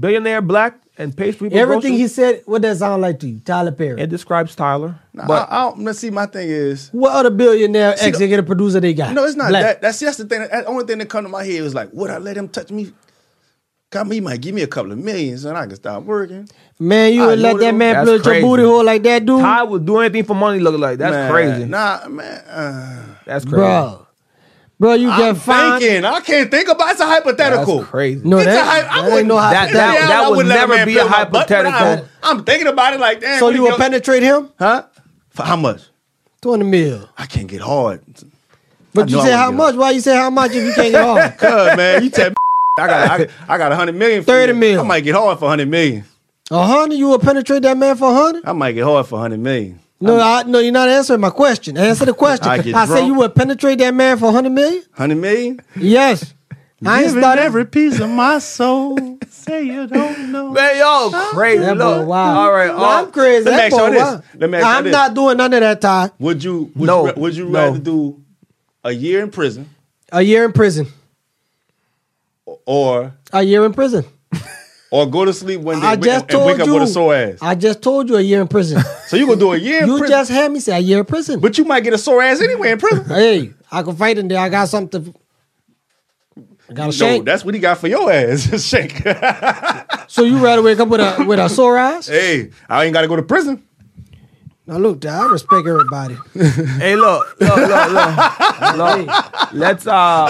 [SPEAKER 6] Billionaire, black, and pays people.
[SPEAKER 1] Everything he
[SPEAKER 6] groceries.
[SPEAKER 1] said. What does that sound like to you, Tyler Perry?
[SPEAKER 6] it describes Tyler.
[SPEAKER 2] Nah,
[SPEAKER 6] but
[SPEAKER 2] I, I don't, now, see, my thing is,
[SPEAKER 1] what other billionaire executive producer they got?
[SPEAKER 2] no, it's not
[SPEAKER 1] Black.
[SPEAKER 2] that. That's that's the thing. That only thing that come to my head was like, would I let him touch me? God, he might give me a couple of millions, and I can stop working.
[SPEAKER 1] Man, you
[SPEAKER 2] I
[SPEAKER 1] would
[SPEAKER 2] know
[SPEAKER 1] let that
[SPEAKER 2] them.
[SPEAKER 1] man
[SPEAKER 6] That's
[SPEAKER 1] blow your
[SPEAKER 6] crazy.
[SPEAKER 1] booty hole like that, dude,
[SPEAKER 6] Ty would do anything for money. Look like that's
[SPEAKER 2] Man,
[SPEAKER 6] crazy.
[SPEAKER 2] Nah, man. Uh,
[SPEAKER 6] That's crazy.
[SPEAKER 1] bro. Bro, you
[SPEAKER 2] I'm
[SPEAKER 1] get fined.
[SPEAKER 2] thinking. I can't think about. It's a
[SPEAKER 3] That's
[SPEAKER 2] hypothetical.
[SPEAKER 3] crazy.
[SPEAKER 1] No,
[SPEAKER 2] It's a
[SPEAKER 1] that-
[SPEAKER 2] hy-
[SPEAKER 1] that
[SPEAKER 2] I
[SPEAKER 1] ain't
[SPEAKER 2] wouldn't.
[SPEAKER 1] no
[SPEAKER 2] That,
[SPEAKER 1] hypothetical.
[SPEAKER 2] that,
[SPEAKER 6] That- that
[SPEAKER 2] I
[SPEAKER 6] would
[SPEAKER 2] would
[SPEAKER 6] never be a
[SPEAKER 2] I'm,
[SPEAKER 6] hypothetical.
[SPEAKER 2] I'm thinking about it like, damn.
[SPEAKER 1] So
[SPEAKER 2] what
[SPEAKER 1] you
[SPEAKER 2] he
[SPEAKER 1] will
[SPEAKER 2] go-
[SPEAKER 1] penetrate him?
[SPEAKER 2] Huh? For how much?
[SPEAKER 1] Twenty mil.
[SPEAKER 2] I can't get hard.
[SPEAKER 1] But you
[SPEAKER 2] know I
[SPEAKER 1] say
[SPEAKER 2] wouldn't
[SPEAKER 1] how
[SPEAKER 2] get
[SPEAKER 1] much? Why you say how much if you can't get
[SPEAKER 2] [LAUGHS]
[SPEAKER 1] off?
[SPEAKER 2] Cuz man, you tell me I got I, I got a hundred million. For
[SPEAKER 1] 30
[SPEAKER 2] you.
[SPEAKER 1] mil.
[SPEAKER 2] I might get hard for hundred million.
[SPEAKER 1] A hundred? You will penetrate that man for a hundred?
[SPEAKER 2] I might get hard for hundred million.
[SPEAKER 1] No, I, no, you're not answering my question. Answer the question.
[SPEAKER 2] [LAUGHS] I get
[SPEAKER 1] I say
[SPEAKER 2] drunk.
[SPEAKER 1] you would penetrate that man for hundred million?
[SPEAKER 2] Hundred million.
[SPEAKER 1] Yes. I ain't
[SPEAKER 2] Giving
[SPEAKER 1] started.
[SPEAKER 2] every piece of my soul. Say you don't know.
[SPEAKER 3] Man, y'all crazy.
[SPEAKER 1] That boy,
[SPEAKER 3] Look,
[SPEAKER 1] wow.
[SPEAKER 3] all right,
[SPEAKER 1] Nah,
[SPEAKER 6] uh,
[SPEAKER 3] all-
[SPEAKER 1] I'm crazy.
[SPEAKER 2] uh, Let me
[SPEAKER 1] That
[SPEAKER 2] ask y'all
[SPEAKER 1] boy,
[SPEAKER 2] this.
[SPEAKER 1] wow.
[SPEAKER 2] Let me ask y'all
[SPEAKER 1] I'm
[SPEAKER 2] this.
[SPEAKER 1] not doing none of that, Ty.
[SPEAKER 2] Would you? Would
[SPEAKER 3] No.
[SPEAKER 2] You, ra- would you
[SPEAKER 3] No.
[SPEAKER 2] rather do a year in prison
[SPEAKER 1] A year in prison.
[SPEAKER 2] or
[SPEAKER 1] A year in prison.
[SPEAKER 2] or go to sleep one day
[SPEAKER 1] I
[SPEAKER 2] and,
[SPEAKER 1] just
[SPEAKER 2] and
[SPEAKER 1] told
[SPEAKER 2] wake up
[SPEAKER 1] you.
[SPEAKER 2] with a sore ass?
[SPEAKER 1] I just told you a year in prison.
[SPEAKER 2] so you gonna do [LAUGHS] a year in
[SPEAKER 1] you
[SPEAKER 2] prison,
[SPEAKER 1] just had me say a year in prison.
[SPEAKER 2] but you might get a sore ass anyway in prison.
[SPEAKER 1] hey, I can fight in there. I got something. to- I got a
[SPEAKER 2] No,
[SPEAKER 1] shank.
[SPEAKER 2] that's what he got for your ass. Shake.
[SPEAKER 1] so you rather wake up with a with a sore eyes?
[SPEAKER 2] hey, I ain't gotta go to prison.
[SPEAKER 1] Now look, I respect everybody.
[SPEAKER 3] Hey, look, look, look,
[SPEAKER 2] [LAUGHS]
[SPEAKER 3] look.
[SPEAKER 1] hey,
[SPEAKER 3] Let's uh,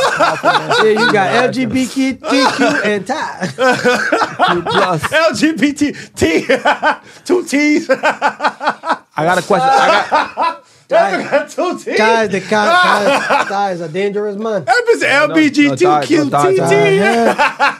[SPEAKER 1] hey, you got LGBTQ and Ty.
[SPEAKER 3] plus.
[SPEAKER 2] LGBT T two T's.
[SPEAKER 3] I got a question. I got,
[SPEAKER 1] Ty,
[SPEAKER 2] two T's.
[SPEAKER 1] Ty is the kind. Ty, is- Ty is a dangerous man.
[SPEAKER 2] That bitch
[SPEAKER 3] no, die, no, die,
[SPEAKER 1] Ty,
[SPEAKER 2] LBGTQTT.
[SPEAKER 1] had-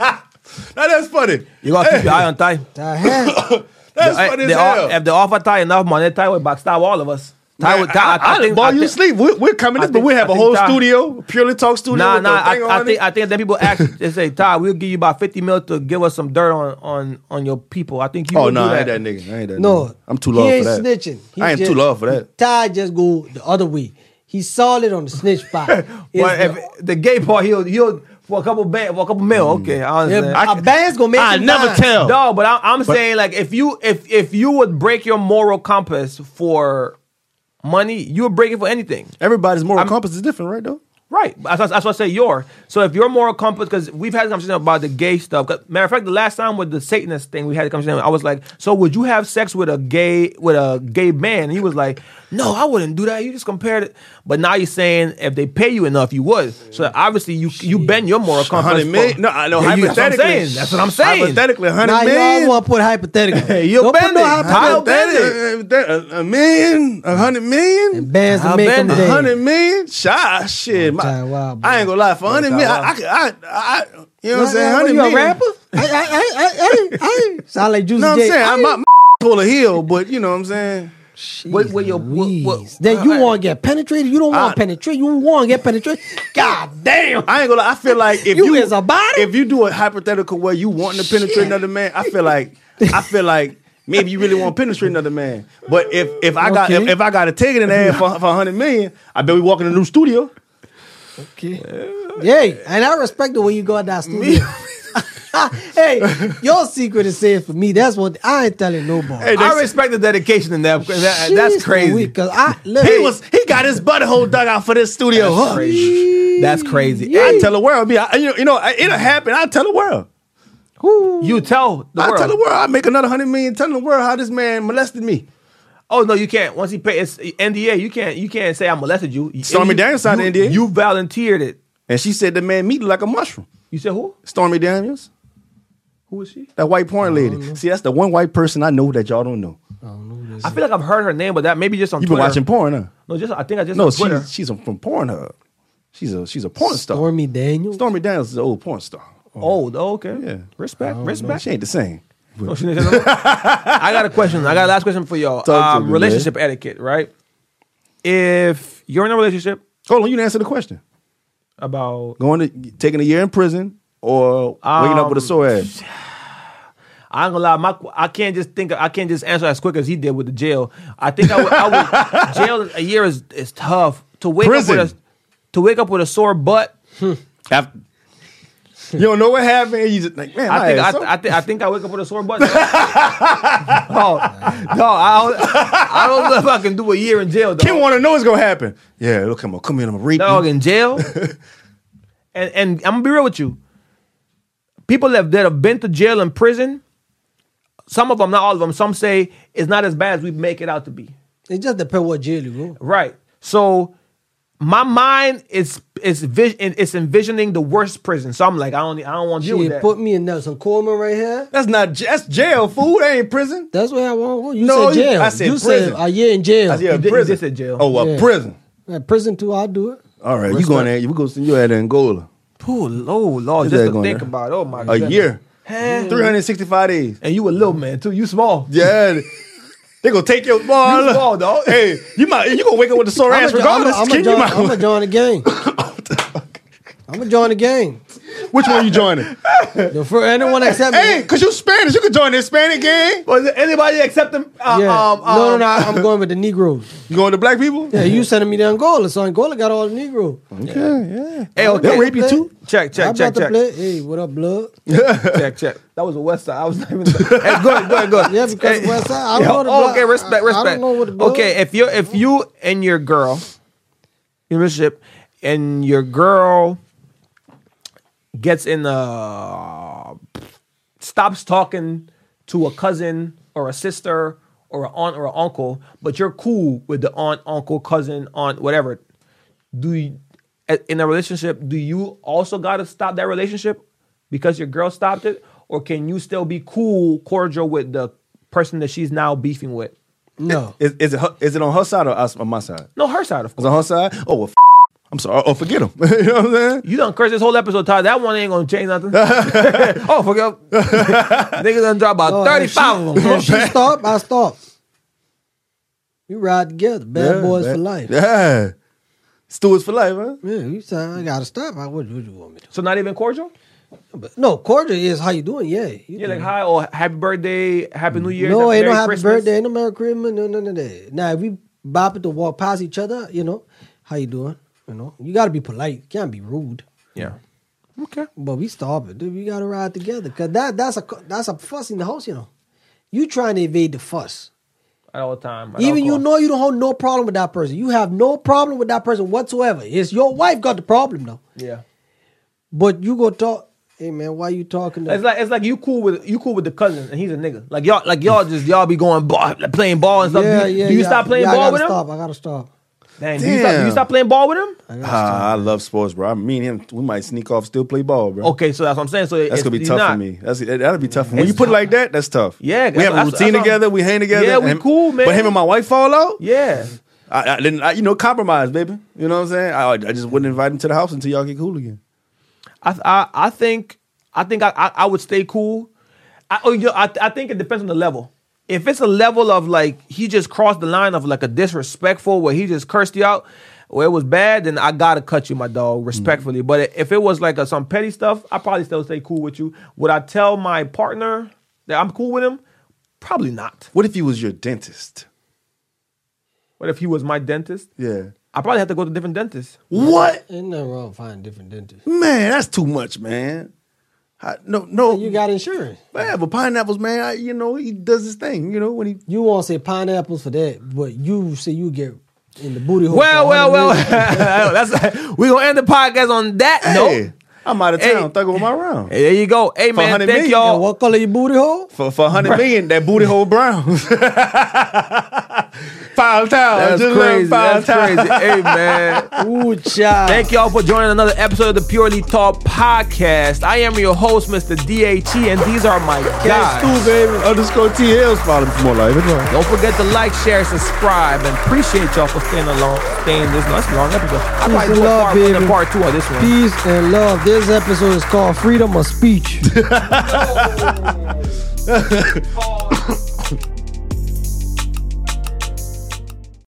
[SPEAKER 2] Now that's funny.
[SPEAKER 3] you gotta keep your eye on Ty.
[SPEAKER 1] Ty, had-
[SPEAKER 2] That's
[SPEAKER 3] Hey,
[SPEAKER 2] funny as
[SPEAKER 3] they all-
[SPEAKER 2] hell.
[SPEAKER 3] if they offer Ty enough money, Ty would backstab all of us. Ty would. Ty, I, I, think.
[SPEAKER 2] Boy,
[SPEAKER 3] I
[SPEAKER 2] you
[SPEAKER 3] think-
[SPEAKER 2] sleep. We're, we're coming,
[SPEAKER 3] I
[SPEAKER 2] in, but we
[SPEAKER 3] think-
[SPEAKER 2] have
[SPEAKER 3] I
[SPEAKER 2] a
[SPEAKER 3] think
[SPEAKER 2] whole
[SPEAKER 3] Ty-
[SPEAKER 2] studio, purely talk studio.
[SPEAKER 3] Nah,
[SPEAKER 2] with the
[SPEAKER 3] nah.
[SPEAKER 2] thing
[SPEAKER 3] I, I
[SPEAKER 2] on
[SPEAKER 3] think
[SPEAKER 2] it.
[SPEAKER 3] I think then people ask. They say, Ty, we'll give you about fifty mil to give us some dirt on on on your people. I think you.
[SPEAKER 2] Oh
[SPEAKER 3] would
[SPEAKER 2] no,
[SPEAKER 3] do
[SPEAKER 2] I
[SPEAKER 3] that.
[SPEAKER 2] ain't that nigga. I ain't that.
[SPEAKER 1] no,
[SPEAKER 2] nigga. I'm too
[SPEAKER 1] he
[SPEAKER 2] low for
[SPEAKER 1] ain't
[SPEAKER 2] that.
[SPEAKER 1] Snitching. He
[SPEAKER 2] I ain't
[SPEAKER 1] just-
[SPEAKER 2] too low for that.
[SPEAKER 1] Ty just go the other way. He's solid on the snitch spot. It's
[SPEAKER 3] But if
[SPEAKER 1] the-
[SPEAKER 3] the gay part, he'll he'll for a couple ba- for a couple mil. Okay, I
[SPEAKER 1] if
[SPEAKER 3] understand.
[SPEAKER 1] a band's gonna make
[SPEAKER 2] Mm. I
[SPEAKER 1] you
[SPEAKER 2] never
[SPEAKER 1] mine.
[SPEAKER 2] tell.
[SPEAKER 3] No, but I, I'm saying like if you if if you would break your moral compass for money, you would break it for anything,
[SPEAKER 2] Everybody's moral compass is different, right? Though.
[SPEAKER 3] right? That's, that's what I say. Your so if your moral compass, because we've had a conversation about the gay stuff. 'Cause Matter of fact, the last time with the Satanist thing, we had a conversation. I was like, so would you have sex with a gay with a gay man? And he was like, no, I wouldn't do that. You just compared it, but now you're saying if they pay you enough, you would. So obviously you you bend your moral compass.
[SPEAKER 2] hundred million?
[SPEAKER 3] for-
[SPEAKER 2] No, I know.
[SPEAKER 3] Yeah, you- that's what I'm
[SPEAKER 2] hypothetically,
[SPEAKER 3] saying. That's what I'm saying.
[SPEAKER 2] Hypothetically, a
[SPEAKER 1] Now
[SPEAKER 2] hundred
[SPEAKER 1] y'all
[SPEAKER 2] million.
[SPEAKER 1] want to put hypothetical.
[SPEAKER 3] you
[SPEAKER 1] Don't put
[SPEAKER 3] bend
[SPEAKER 1] no
[SPEAKER 3] it. How
[SPEAKER 1] hypothetical.
[SPEAKER 3] bend it?
[SPEAKER 2] Hypothetically, a a million, a hundred million,
[SPEAKER 1] Bands
[SPEAKER 3] I'll
[SPEAKER 1] will make them
[SPEAKER 3] bend it.
[SPEAKER 2] a
[SPEAKER 1] dead.
[SPEAKER 2] hundred million. Shy shit. My,
[SPEAKER 1] Ty Wild, boy.
[SPEAKER 2] I ain't gonna lie. For a hundred
[SPEAKER 3] Ty
[SPEAKER 2] million, I, I,
[SPEAKER 3] Wild.
[SPEAKER 2] could- I, I, I- you know what I'm
[SPEAKER 1] What-
[SPEAKER 2] saying.
[SPEAKER 1] what,
[SPEAKER 2] Hundred
[SPEAKER 1] you
[SPEAKER 2] million.
[SPEAKER 1] a rapper? I, I, I, I, I, I. Sound like Juicy
[SPEAKER 2] You [LAUGHS] know what I'm
[SPEAKER 1] J.
[SPEAKER 2] saying. I,
[SPEAKER 1] Ay,
[SPEAKER 2] my, my pull a heel, but you know what I'm saying.
[SPEAKER 3] What- what your- what- what-
[SPEAKER 1] jeez. Then you
[SPEAKER 3] I-
[SPEAKER 1] want to get penetrated. You don't want
[SPEAKER 2] I-
[SPEAKER 1] to penetrate. You want to get
[SPEAKER 2] [LAUGHS]
[SPEAKER 1] penetrated. God damn.
[SPEAKER 2] I ain't gonna. lie, I feel like if
[SPEAKER 1] You
[SPEAKER 2] you,
[SPEAKER 1] is a body?
[SPEAKER 2] if you do a hypothetical where you wanting to penetrate another man, I feel like I feel like maybe you really want to penetrate another man. But if if I got if,
[SPEAKER 1] Okay.
[SPEAKER 2] if I got a ticket in there for for hundred million, I bet we walk in a new studio.
[SPEAKER 1] Okay. Yay. And I respect the way you go at that studio. [LAUGHS] hey, your secret is safe for me. That's what I ain't telling nobody.
[SPEAKER 2] Hey,
[SPEAKER 3] I
[SPEAKER 2] they-
[SPEAKER 3] respect the dedication in that. that- that's crazy.
[SPEAKER 1] Because I look,
[SPEAKER 2] He was he got his butthole dug out for this studio.
[SPEAKER 3] That's crazy. That's crazy.
[SPEAKER 2] I tell the world, me, I, you know, you know, I- it'll happen. I tell the world.
[SPEAKER 3] You tell the
[SPEAKER 2] I
[SPEAKER 3] world.
[SPEAKER 2] tell the world. I make another hundred million. Telling the world how this man molested me.
[SPEAKER 3] Oh no, you can't. Once he pay, it's NDA. You can't. You can't say I molested you.
[SPEAKER 2] Stormy
[SPEAKER 3] You-
[SPEAKER 2] Daniels signed
[SPEAKER 3] you-
[SPEAKER 2] the NDA.
[SPEAKER 3] You volunteered it.
[SPEAKER 2] And she said the man meat like a mushroom.
[SPEAKER 3] You said who?
[SPEAKER 2] Stormy Daniels,
[SPEAKER 3] Who is she?
[SPEAKER 2] that white porn
[SPEAKER 3] Mm-hmm.
[SPEAKER 2] lady. See, that's the one white person I know that y'all don't know.
[SPEAKER 3] I feel like I've heard her name, but that maybe just on
[SPEAKER 2] You've been
[SPEAKER 3] Twitter.
[SPEAKER 2] watching porn, huh?
[SPEAKER 3] No, just I think I just
[SPEAKER 2] No,
[SPEAKER 3] on Twitter.
[SPEAKER 2] she's she's a- from Pornhub. She's a she's a porn star.
[SPEAKER 1] Stormy
[SPEAKER 2] Stormy,
[SPEAKER 1] Daniels.
[SPEAKER 2] Daniels is an old porn star.
[SPEAKER 3] Oh, okay.
[SPEAKER 2] Yeah. Oh,
[SPEAKER 3] Respect.
[SPEAKER 2] She
[SPEAKER 3] Respect.
[SPEAKER 2] ain't the same.
[SPEAKER 3] No,
[SPEAKER 2] [LAUGHS]
[SPEAKER 3] she didn't say no. I got a question. I got a last question for y'all.
[SPEAKER 2] Talk to me,
[SPEAKER 3] Um,
[SPEAKER 2] man.
[SPEAKER 3] relationship etiquette, right? If you're in a relationship
[SPEAKER 2] Hold on, you didn't answer the question.
[SPEAKER 3] about,
[SPEAKER 2] Going to taking a year in prison or waking up with a
[SPEAKER 3] Um,
[SPEAKER 2] sore ass.
[SPEAKER 3] I ain't gonna lie, my, I can't just think, I can't just answer as quick as he did with the jail. I think I would, I would jail a year is, is tough to wake
[SPEAKER 2] Prison.
[SPEAKER 3] up with a, to wake up with a sore butt.
[SPEAKER 2] After, you don't know what happened. You just like, man,
[SPEAKER 3] I
[SPEAKER 2] my
[SPEAKER 3] think I,
[SPEAKER 2] ass
[SPEAKER 3] th-
[SPEAKER 2] up.
[SPEAKER 3] I, think I think I wake up with a sore butt. [LAUGHS] no, no, I don't, I don't know if I can do a year in jail. Though.
[SPEAKER 2] Kim want to know what's gonna happen. Yeah, look, come on, come in, I'm gonna rape
[SPEAKER 3] dog
[SPEAKER 2] you.
[SPEAKER 3] in jail. and and I'm gonna be real with you. People that, that have been to jail and prison, some of them, not all of them, some say it's not as bad as we make it out to be.
[SPEAKER 1] It just depends what jail you go.
[SPEAKER 3] Right. So my mind is is vis- it's envisioning the worst prison. So I'm like, I don't I don't want to deal with
[SPEAKER 1] Shit,
[SPEAKER 3] that.
[SPEAKER 1] put me in Nelson Coleman right here.
[SPEAKER 2] That's not j- that's jail, fool. That ain't prison.
[SPEAKER 1] That's where I want to go. You
[SPEAKER 2] No,
[SPEAKER 1] said
[SPEAKER 2] you-
[SPEAKER 1] jail.
[SPEAKER 2] I said
[SPEAKER 1] you
[SPEAKER 2] prison.
[SPEAKER 1] said a year in jail.
[SPEAKER 2] That's yeah,
[SPEAKER 3] You did- you
[SPEAKER 2] prison.
[SPEAKER 3] did say jail.
[SPEAKER 2] Oh, well,
[SPEAKER 1] Yeah.
[SPEAKER 2] prison.
[SPEAKER 1] At prison too, I'll do it.
[SPEAKER 2] All right, you going there? You we go send you at Angola.
[SPEAKER 3] Ooh, Lord, Lord,
[SPEAKER 2] Is
[SPEAKER 3] just
[SPEAKER 2] that
[SPEAKER 3] to
[SPEAKER 2] going
[SPEAKER 3] think
[SPEAKER 2] there?
[SPEAKER 3] about. it. Oh my
[SPEAKER 2] A
[SPEAKER 3] goodness.
[SPEAKER 2] year, three hundred sixty-five days.
[SPEAKER 3] And you a little man too. You small.
[SPEAKER 2] Yeah. They gonna take your ball.
[SPEAKER 3] You small, dog.
[SPEAKER 2] Hey, you might you gonna wake up with a sore ass regardless.
[SPEAKER 1] I'm
[SPEAKER 2] King,
[SPEAKER 1] gonna join,
[SPEAKER 2] you might- [LAUGHS]
[SPEAKER 1] I'm gonna join the gang. I'm gonna join the gang.
[SPEAKER 2] which one you joining?
[SPEAKER 1] The fir-
[SPEAKER 3] [LAUGHS]
[SPEAKER 1] anyone except me.
[SPEAKER 2] hey, cause you Spanish, you could join the Hispanic gang.
[SPEAKER 3] Was there anybody except them? Uh,
[SPEAKER 1] Yeah.
[SPEAKER 3] um, um,
[SPEAKER 1] no, no, no. I- I'm going with the
[SPEAKER 3] [LAUGHS]
[SPEAKER 1] Negroes.
[SPEAKER 2] You going to black people?
[SPEAKER 1] Yeah, you sending me to Angola, so Angola got all the Negro.
[SPEAKER 2] yeah.
[SPEAKER 3] Hey, okay.
[SPEAKER 2] They'll rape you too.
[SPEAKER 3] Check,
[SPEAKER 1] I
[SPEAKER 3] check, check,
[SPEAKER 1] brought the
[SPEAKER 3] check,
[SPEAKER 1] play. Hey, what up, blood?
[SPEAKER 3] check, check. That was a West Side. I was not even. hey, go ahead, go ahead, go ahead. [LAUGHS]
[SPEAKER 1] Yeah, because
[SPEAKER 3] Hey.
[SPEAKER 1] West Side, I don't know the blood.
[SPEAKER 3] okay, respect,
[SPEAKER 1] I-
[SPEAKER 3] respect.
[SPEAKER 1] I don't know what the blood.
[SPEAKER 3] okay, if you if you and your girl, your relationship, and your girl gets in a stops talking to a cousin or a sister or an aunt or an uncle, but you're cool with the aunt, uncle, cousin, aunt, whatever. Do you, a- in a relationship, do you also gotta stop that relationship because your girl stopped it, or can you still be cool, cordial with the person that she's now beefing with? [LAUGHS]
[SPEAKER 1] no.
[SPEAKER 2] Is, is it her, is it on her side or us on my side?
[SPEAKER 3] No, her side, of
[SPEAKER 2] Is
[SPEAKER 3] course.
[SPEAKER 2] it on her side? Oh well, f- I'm sorry. Oh, forget him. [LAUGHS] you know what I'm saying?
[SPEAKER 3] You done curse this whole episode, Todd. That one ain't gonna change nothing. oh, forget. [LAUGHS] Niggas done drop about
[SPEAKER 1] Oh,
[SPEAKER 3] Uh, thirty
[SPEAKER 1] if
[SPEAKER 3] five
[SPEAKER 1] she-
[SPEAKER 3] of them.
[SPEAKER 1] If she
[SPEAKER 3] [LAUGHS]
[SPEAKER 1] stop, I stop. You ride together, bad boys for life. Yeah.
[SPEAKER 2] Yeah. Stewards for life, huh?
[SPEAKER 1] you say I gotta stop. I what, what you want me to?
[SPEAKER 3] So not even cordial.
[SPEAKER 1] do? But no, cordial is how you doing. Yeah, you
[SPEAKER 3] Yeah, like
[SPEAKER 1] doing-
[SPEAKER 3] hi or happy birthday, happy New Year's.
[SPEAKER 1] No, ain't no
[SPEAKER 3] Merry
[SPEAKER 1] happy
[SPEAKER 3] Christmas.
[SPEAKER 1] birthday, ain't no Merry Christmas, no, no, no, no. Now if we bop it to walk past each other, you know, how you doing? You know, you gotta be polite. You can't be rude.
[SPEAKER 3] Yeah. Okay.
[SPEAKER 1] But we stop it, dude. We gotta ride together, cause that that's a that's a fuss in the house, you know. You trying to evade the fuss.
[SPEAKER 3] At all time. at all
[SPEAKER 1] Even you
[SPEAKER 3] cost.
[SPEAKER 1] know you don't have no problem with that person. You have no problem with that person whatsoever. It's your wife got the problem though.
[SPEAKER 3] Yeah.
[SPEAKER 1] But you go talk. Hey man, why you talking? To
[SPEAKER 3] It's like it's like you cool with you cool with the cousin and he's a nigga. Like y'all like y'all just y'all be going ball, like playing ball and stuff. do you, do you stop playing
[SPEAKER 1] yeah, I
[SPEAKER 3] ball
[SPEAKER 1] gotta
[SPEAKER 3] with
[SPEAKER 1] stop.
[SPEAKER 3] him?
[SPEAKER 1] I gotta stop.
[SPEAKER 3] Dang, do you stop, do you
[SPEAKER 2] Damn.
[SPEAKER 3] stop playing ball with him?
[SPEAKER 2] Ah, I love sports, bro. I mean him. We might sneak off, still play ball, bro.
[SPEAKER 3] Okay, so that's what I'm saying. So
[SPEAKER 2] That's gonna be tough for me. That's that'll be tough. for me. When
[SPEAKER 3] It's
[SPEAKER 2] you put
[SPEAKER 3] tough.
[SPEAKER 2] it like that, that's tough.
[SPEAKER 3] Yeah,
[SPEAKER 2] we have a
[SPEAKER 3] that's-
[SPEAKER 2] routine
[SPEAKER 3] that's-
[SPEAKER 2] together. We hang together.
[SPEAKER 3] Yeah, we
[SPEAKER 2] and-
[SPEAKER 3] cool, man.
[SPEAKER 2] But him and my wife fall out.
[SPEAKER 3] Yeah.
[SPEAKER 2] I, I didn't. I, you know, compromise, baby. You know what I'm saying? I, I just wouldn't invite him to the house until y'all get cool again.
[SPEAKER 3] I I, I think I think I, I, I would stay cool. I, oh, you know, I I think it depends on the level. If it's a level of like he just crossed the line of like a disrespectful where he just cursed you out, where it was bad, then I gotta cut you, my dog, respectfully. But if it was like a, some petty stuff, I probably still stay cool with you. Would I tell my partner that I'm cool with him? Probably not.
[SPEAKER 2] What if he was your dentist?
[SPEAKER 3] But if he was my dentist,
[SPEAKER 2] Yeah.
[SPEAKER 3] I probably have to go to different dentists.
[SPEAKER 2] What
[SPEAKER 1] Ain't nothing wrong with finding different dentists.
[SPEAKER 2] man? That's too much, man. I, no, no.
[SPEAKER 1] You got insurance.
[SPEAKER 2] man, but pineapples, man. I, you know, he does his thing. You know when he
[SPEAKER 1] You won't say pineapples for that, but you say you get in the booty hole.
[SPEAKER 3] Well,
[SPEAKER 1] for
[SPEAKER 3] well, well.
[SPEAKER 1] 100 million.
[SPEAKER 3] [LAUGHS] That's we gonna end the podcast on that
[SPEAKER 2] hey,
[SPEAKER 3] note.
[SPEAKER 2] I'm out of
[SPEAKER 3] Hey.
[SPEAKER 2] town. Thugging with my round.
[SPEAKER 3] Hey, There you go. Hey man,
[SPEAKER 2] 100
[SPEAKER 3] thank
[SPEAKER 2] million,
[SPEAKER 1] And
[SPEAKER 3] y'all.
[SPEAKER 1] what color your booty hole?
[SPEAKER 2] For for a hundred million, that booty hole brown. five times.
[SPEAKER 3] That's
[SPEAKER 2] just
[SPEAKER 3] crazy.
[SPEAKER 2] learned five
[SPEAKER 3] That's
[SPEAKER 2] times.
[SPEAKER 3] crazy. Hey man.
[SPEAKER 1] [LAUGHS] Ooh, child.
[SPEAKER 3] Thank y'all for joining another episode of the Purely Talk podcast. I am your host, Mr. DHE, and these are my guys.
[SPEAKER 2] Stu, baby. Underscore TL's following for more life. It's all right.
[SPEAKER 3] Don't forget to like, share, subscribe, and appreciate y'all for staying along, staying this long. That's a long episode. I
[SPEAKER 1] Peace
[SPEAKER 3] probably
[SPEAKER 1] and
[SPEAKER 3] do a
[SPEAKER 1] love,
[SPEAKER 3] part one
[SPEAKER 1] baby.
[SPEAKER 3] and part two of this one.
[SPEAKER 1] Peace and love. This episode is called Freedom of Speech.
[SPEAKER 4] Pause.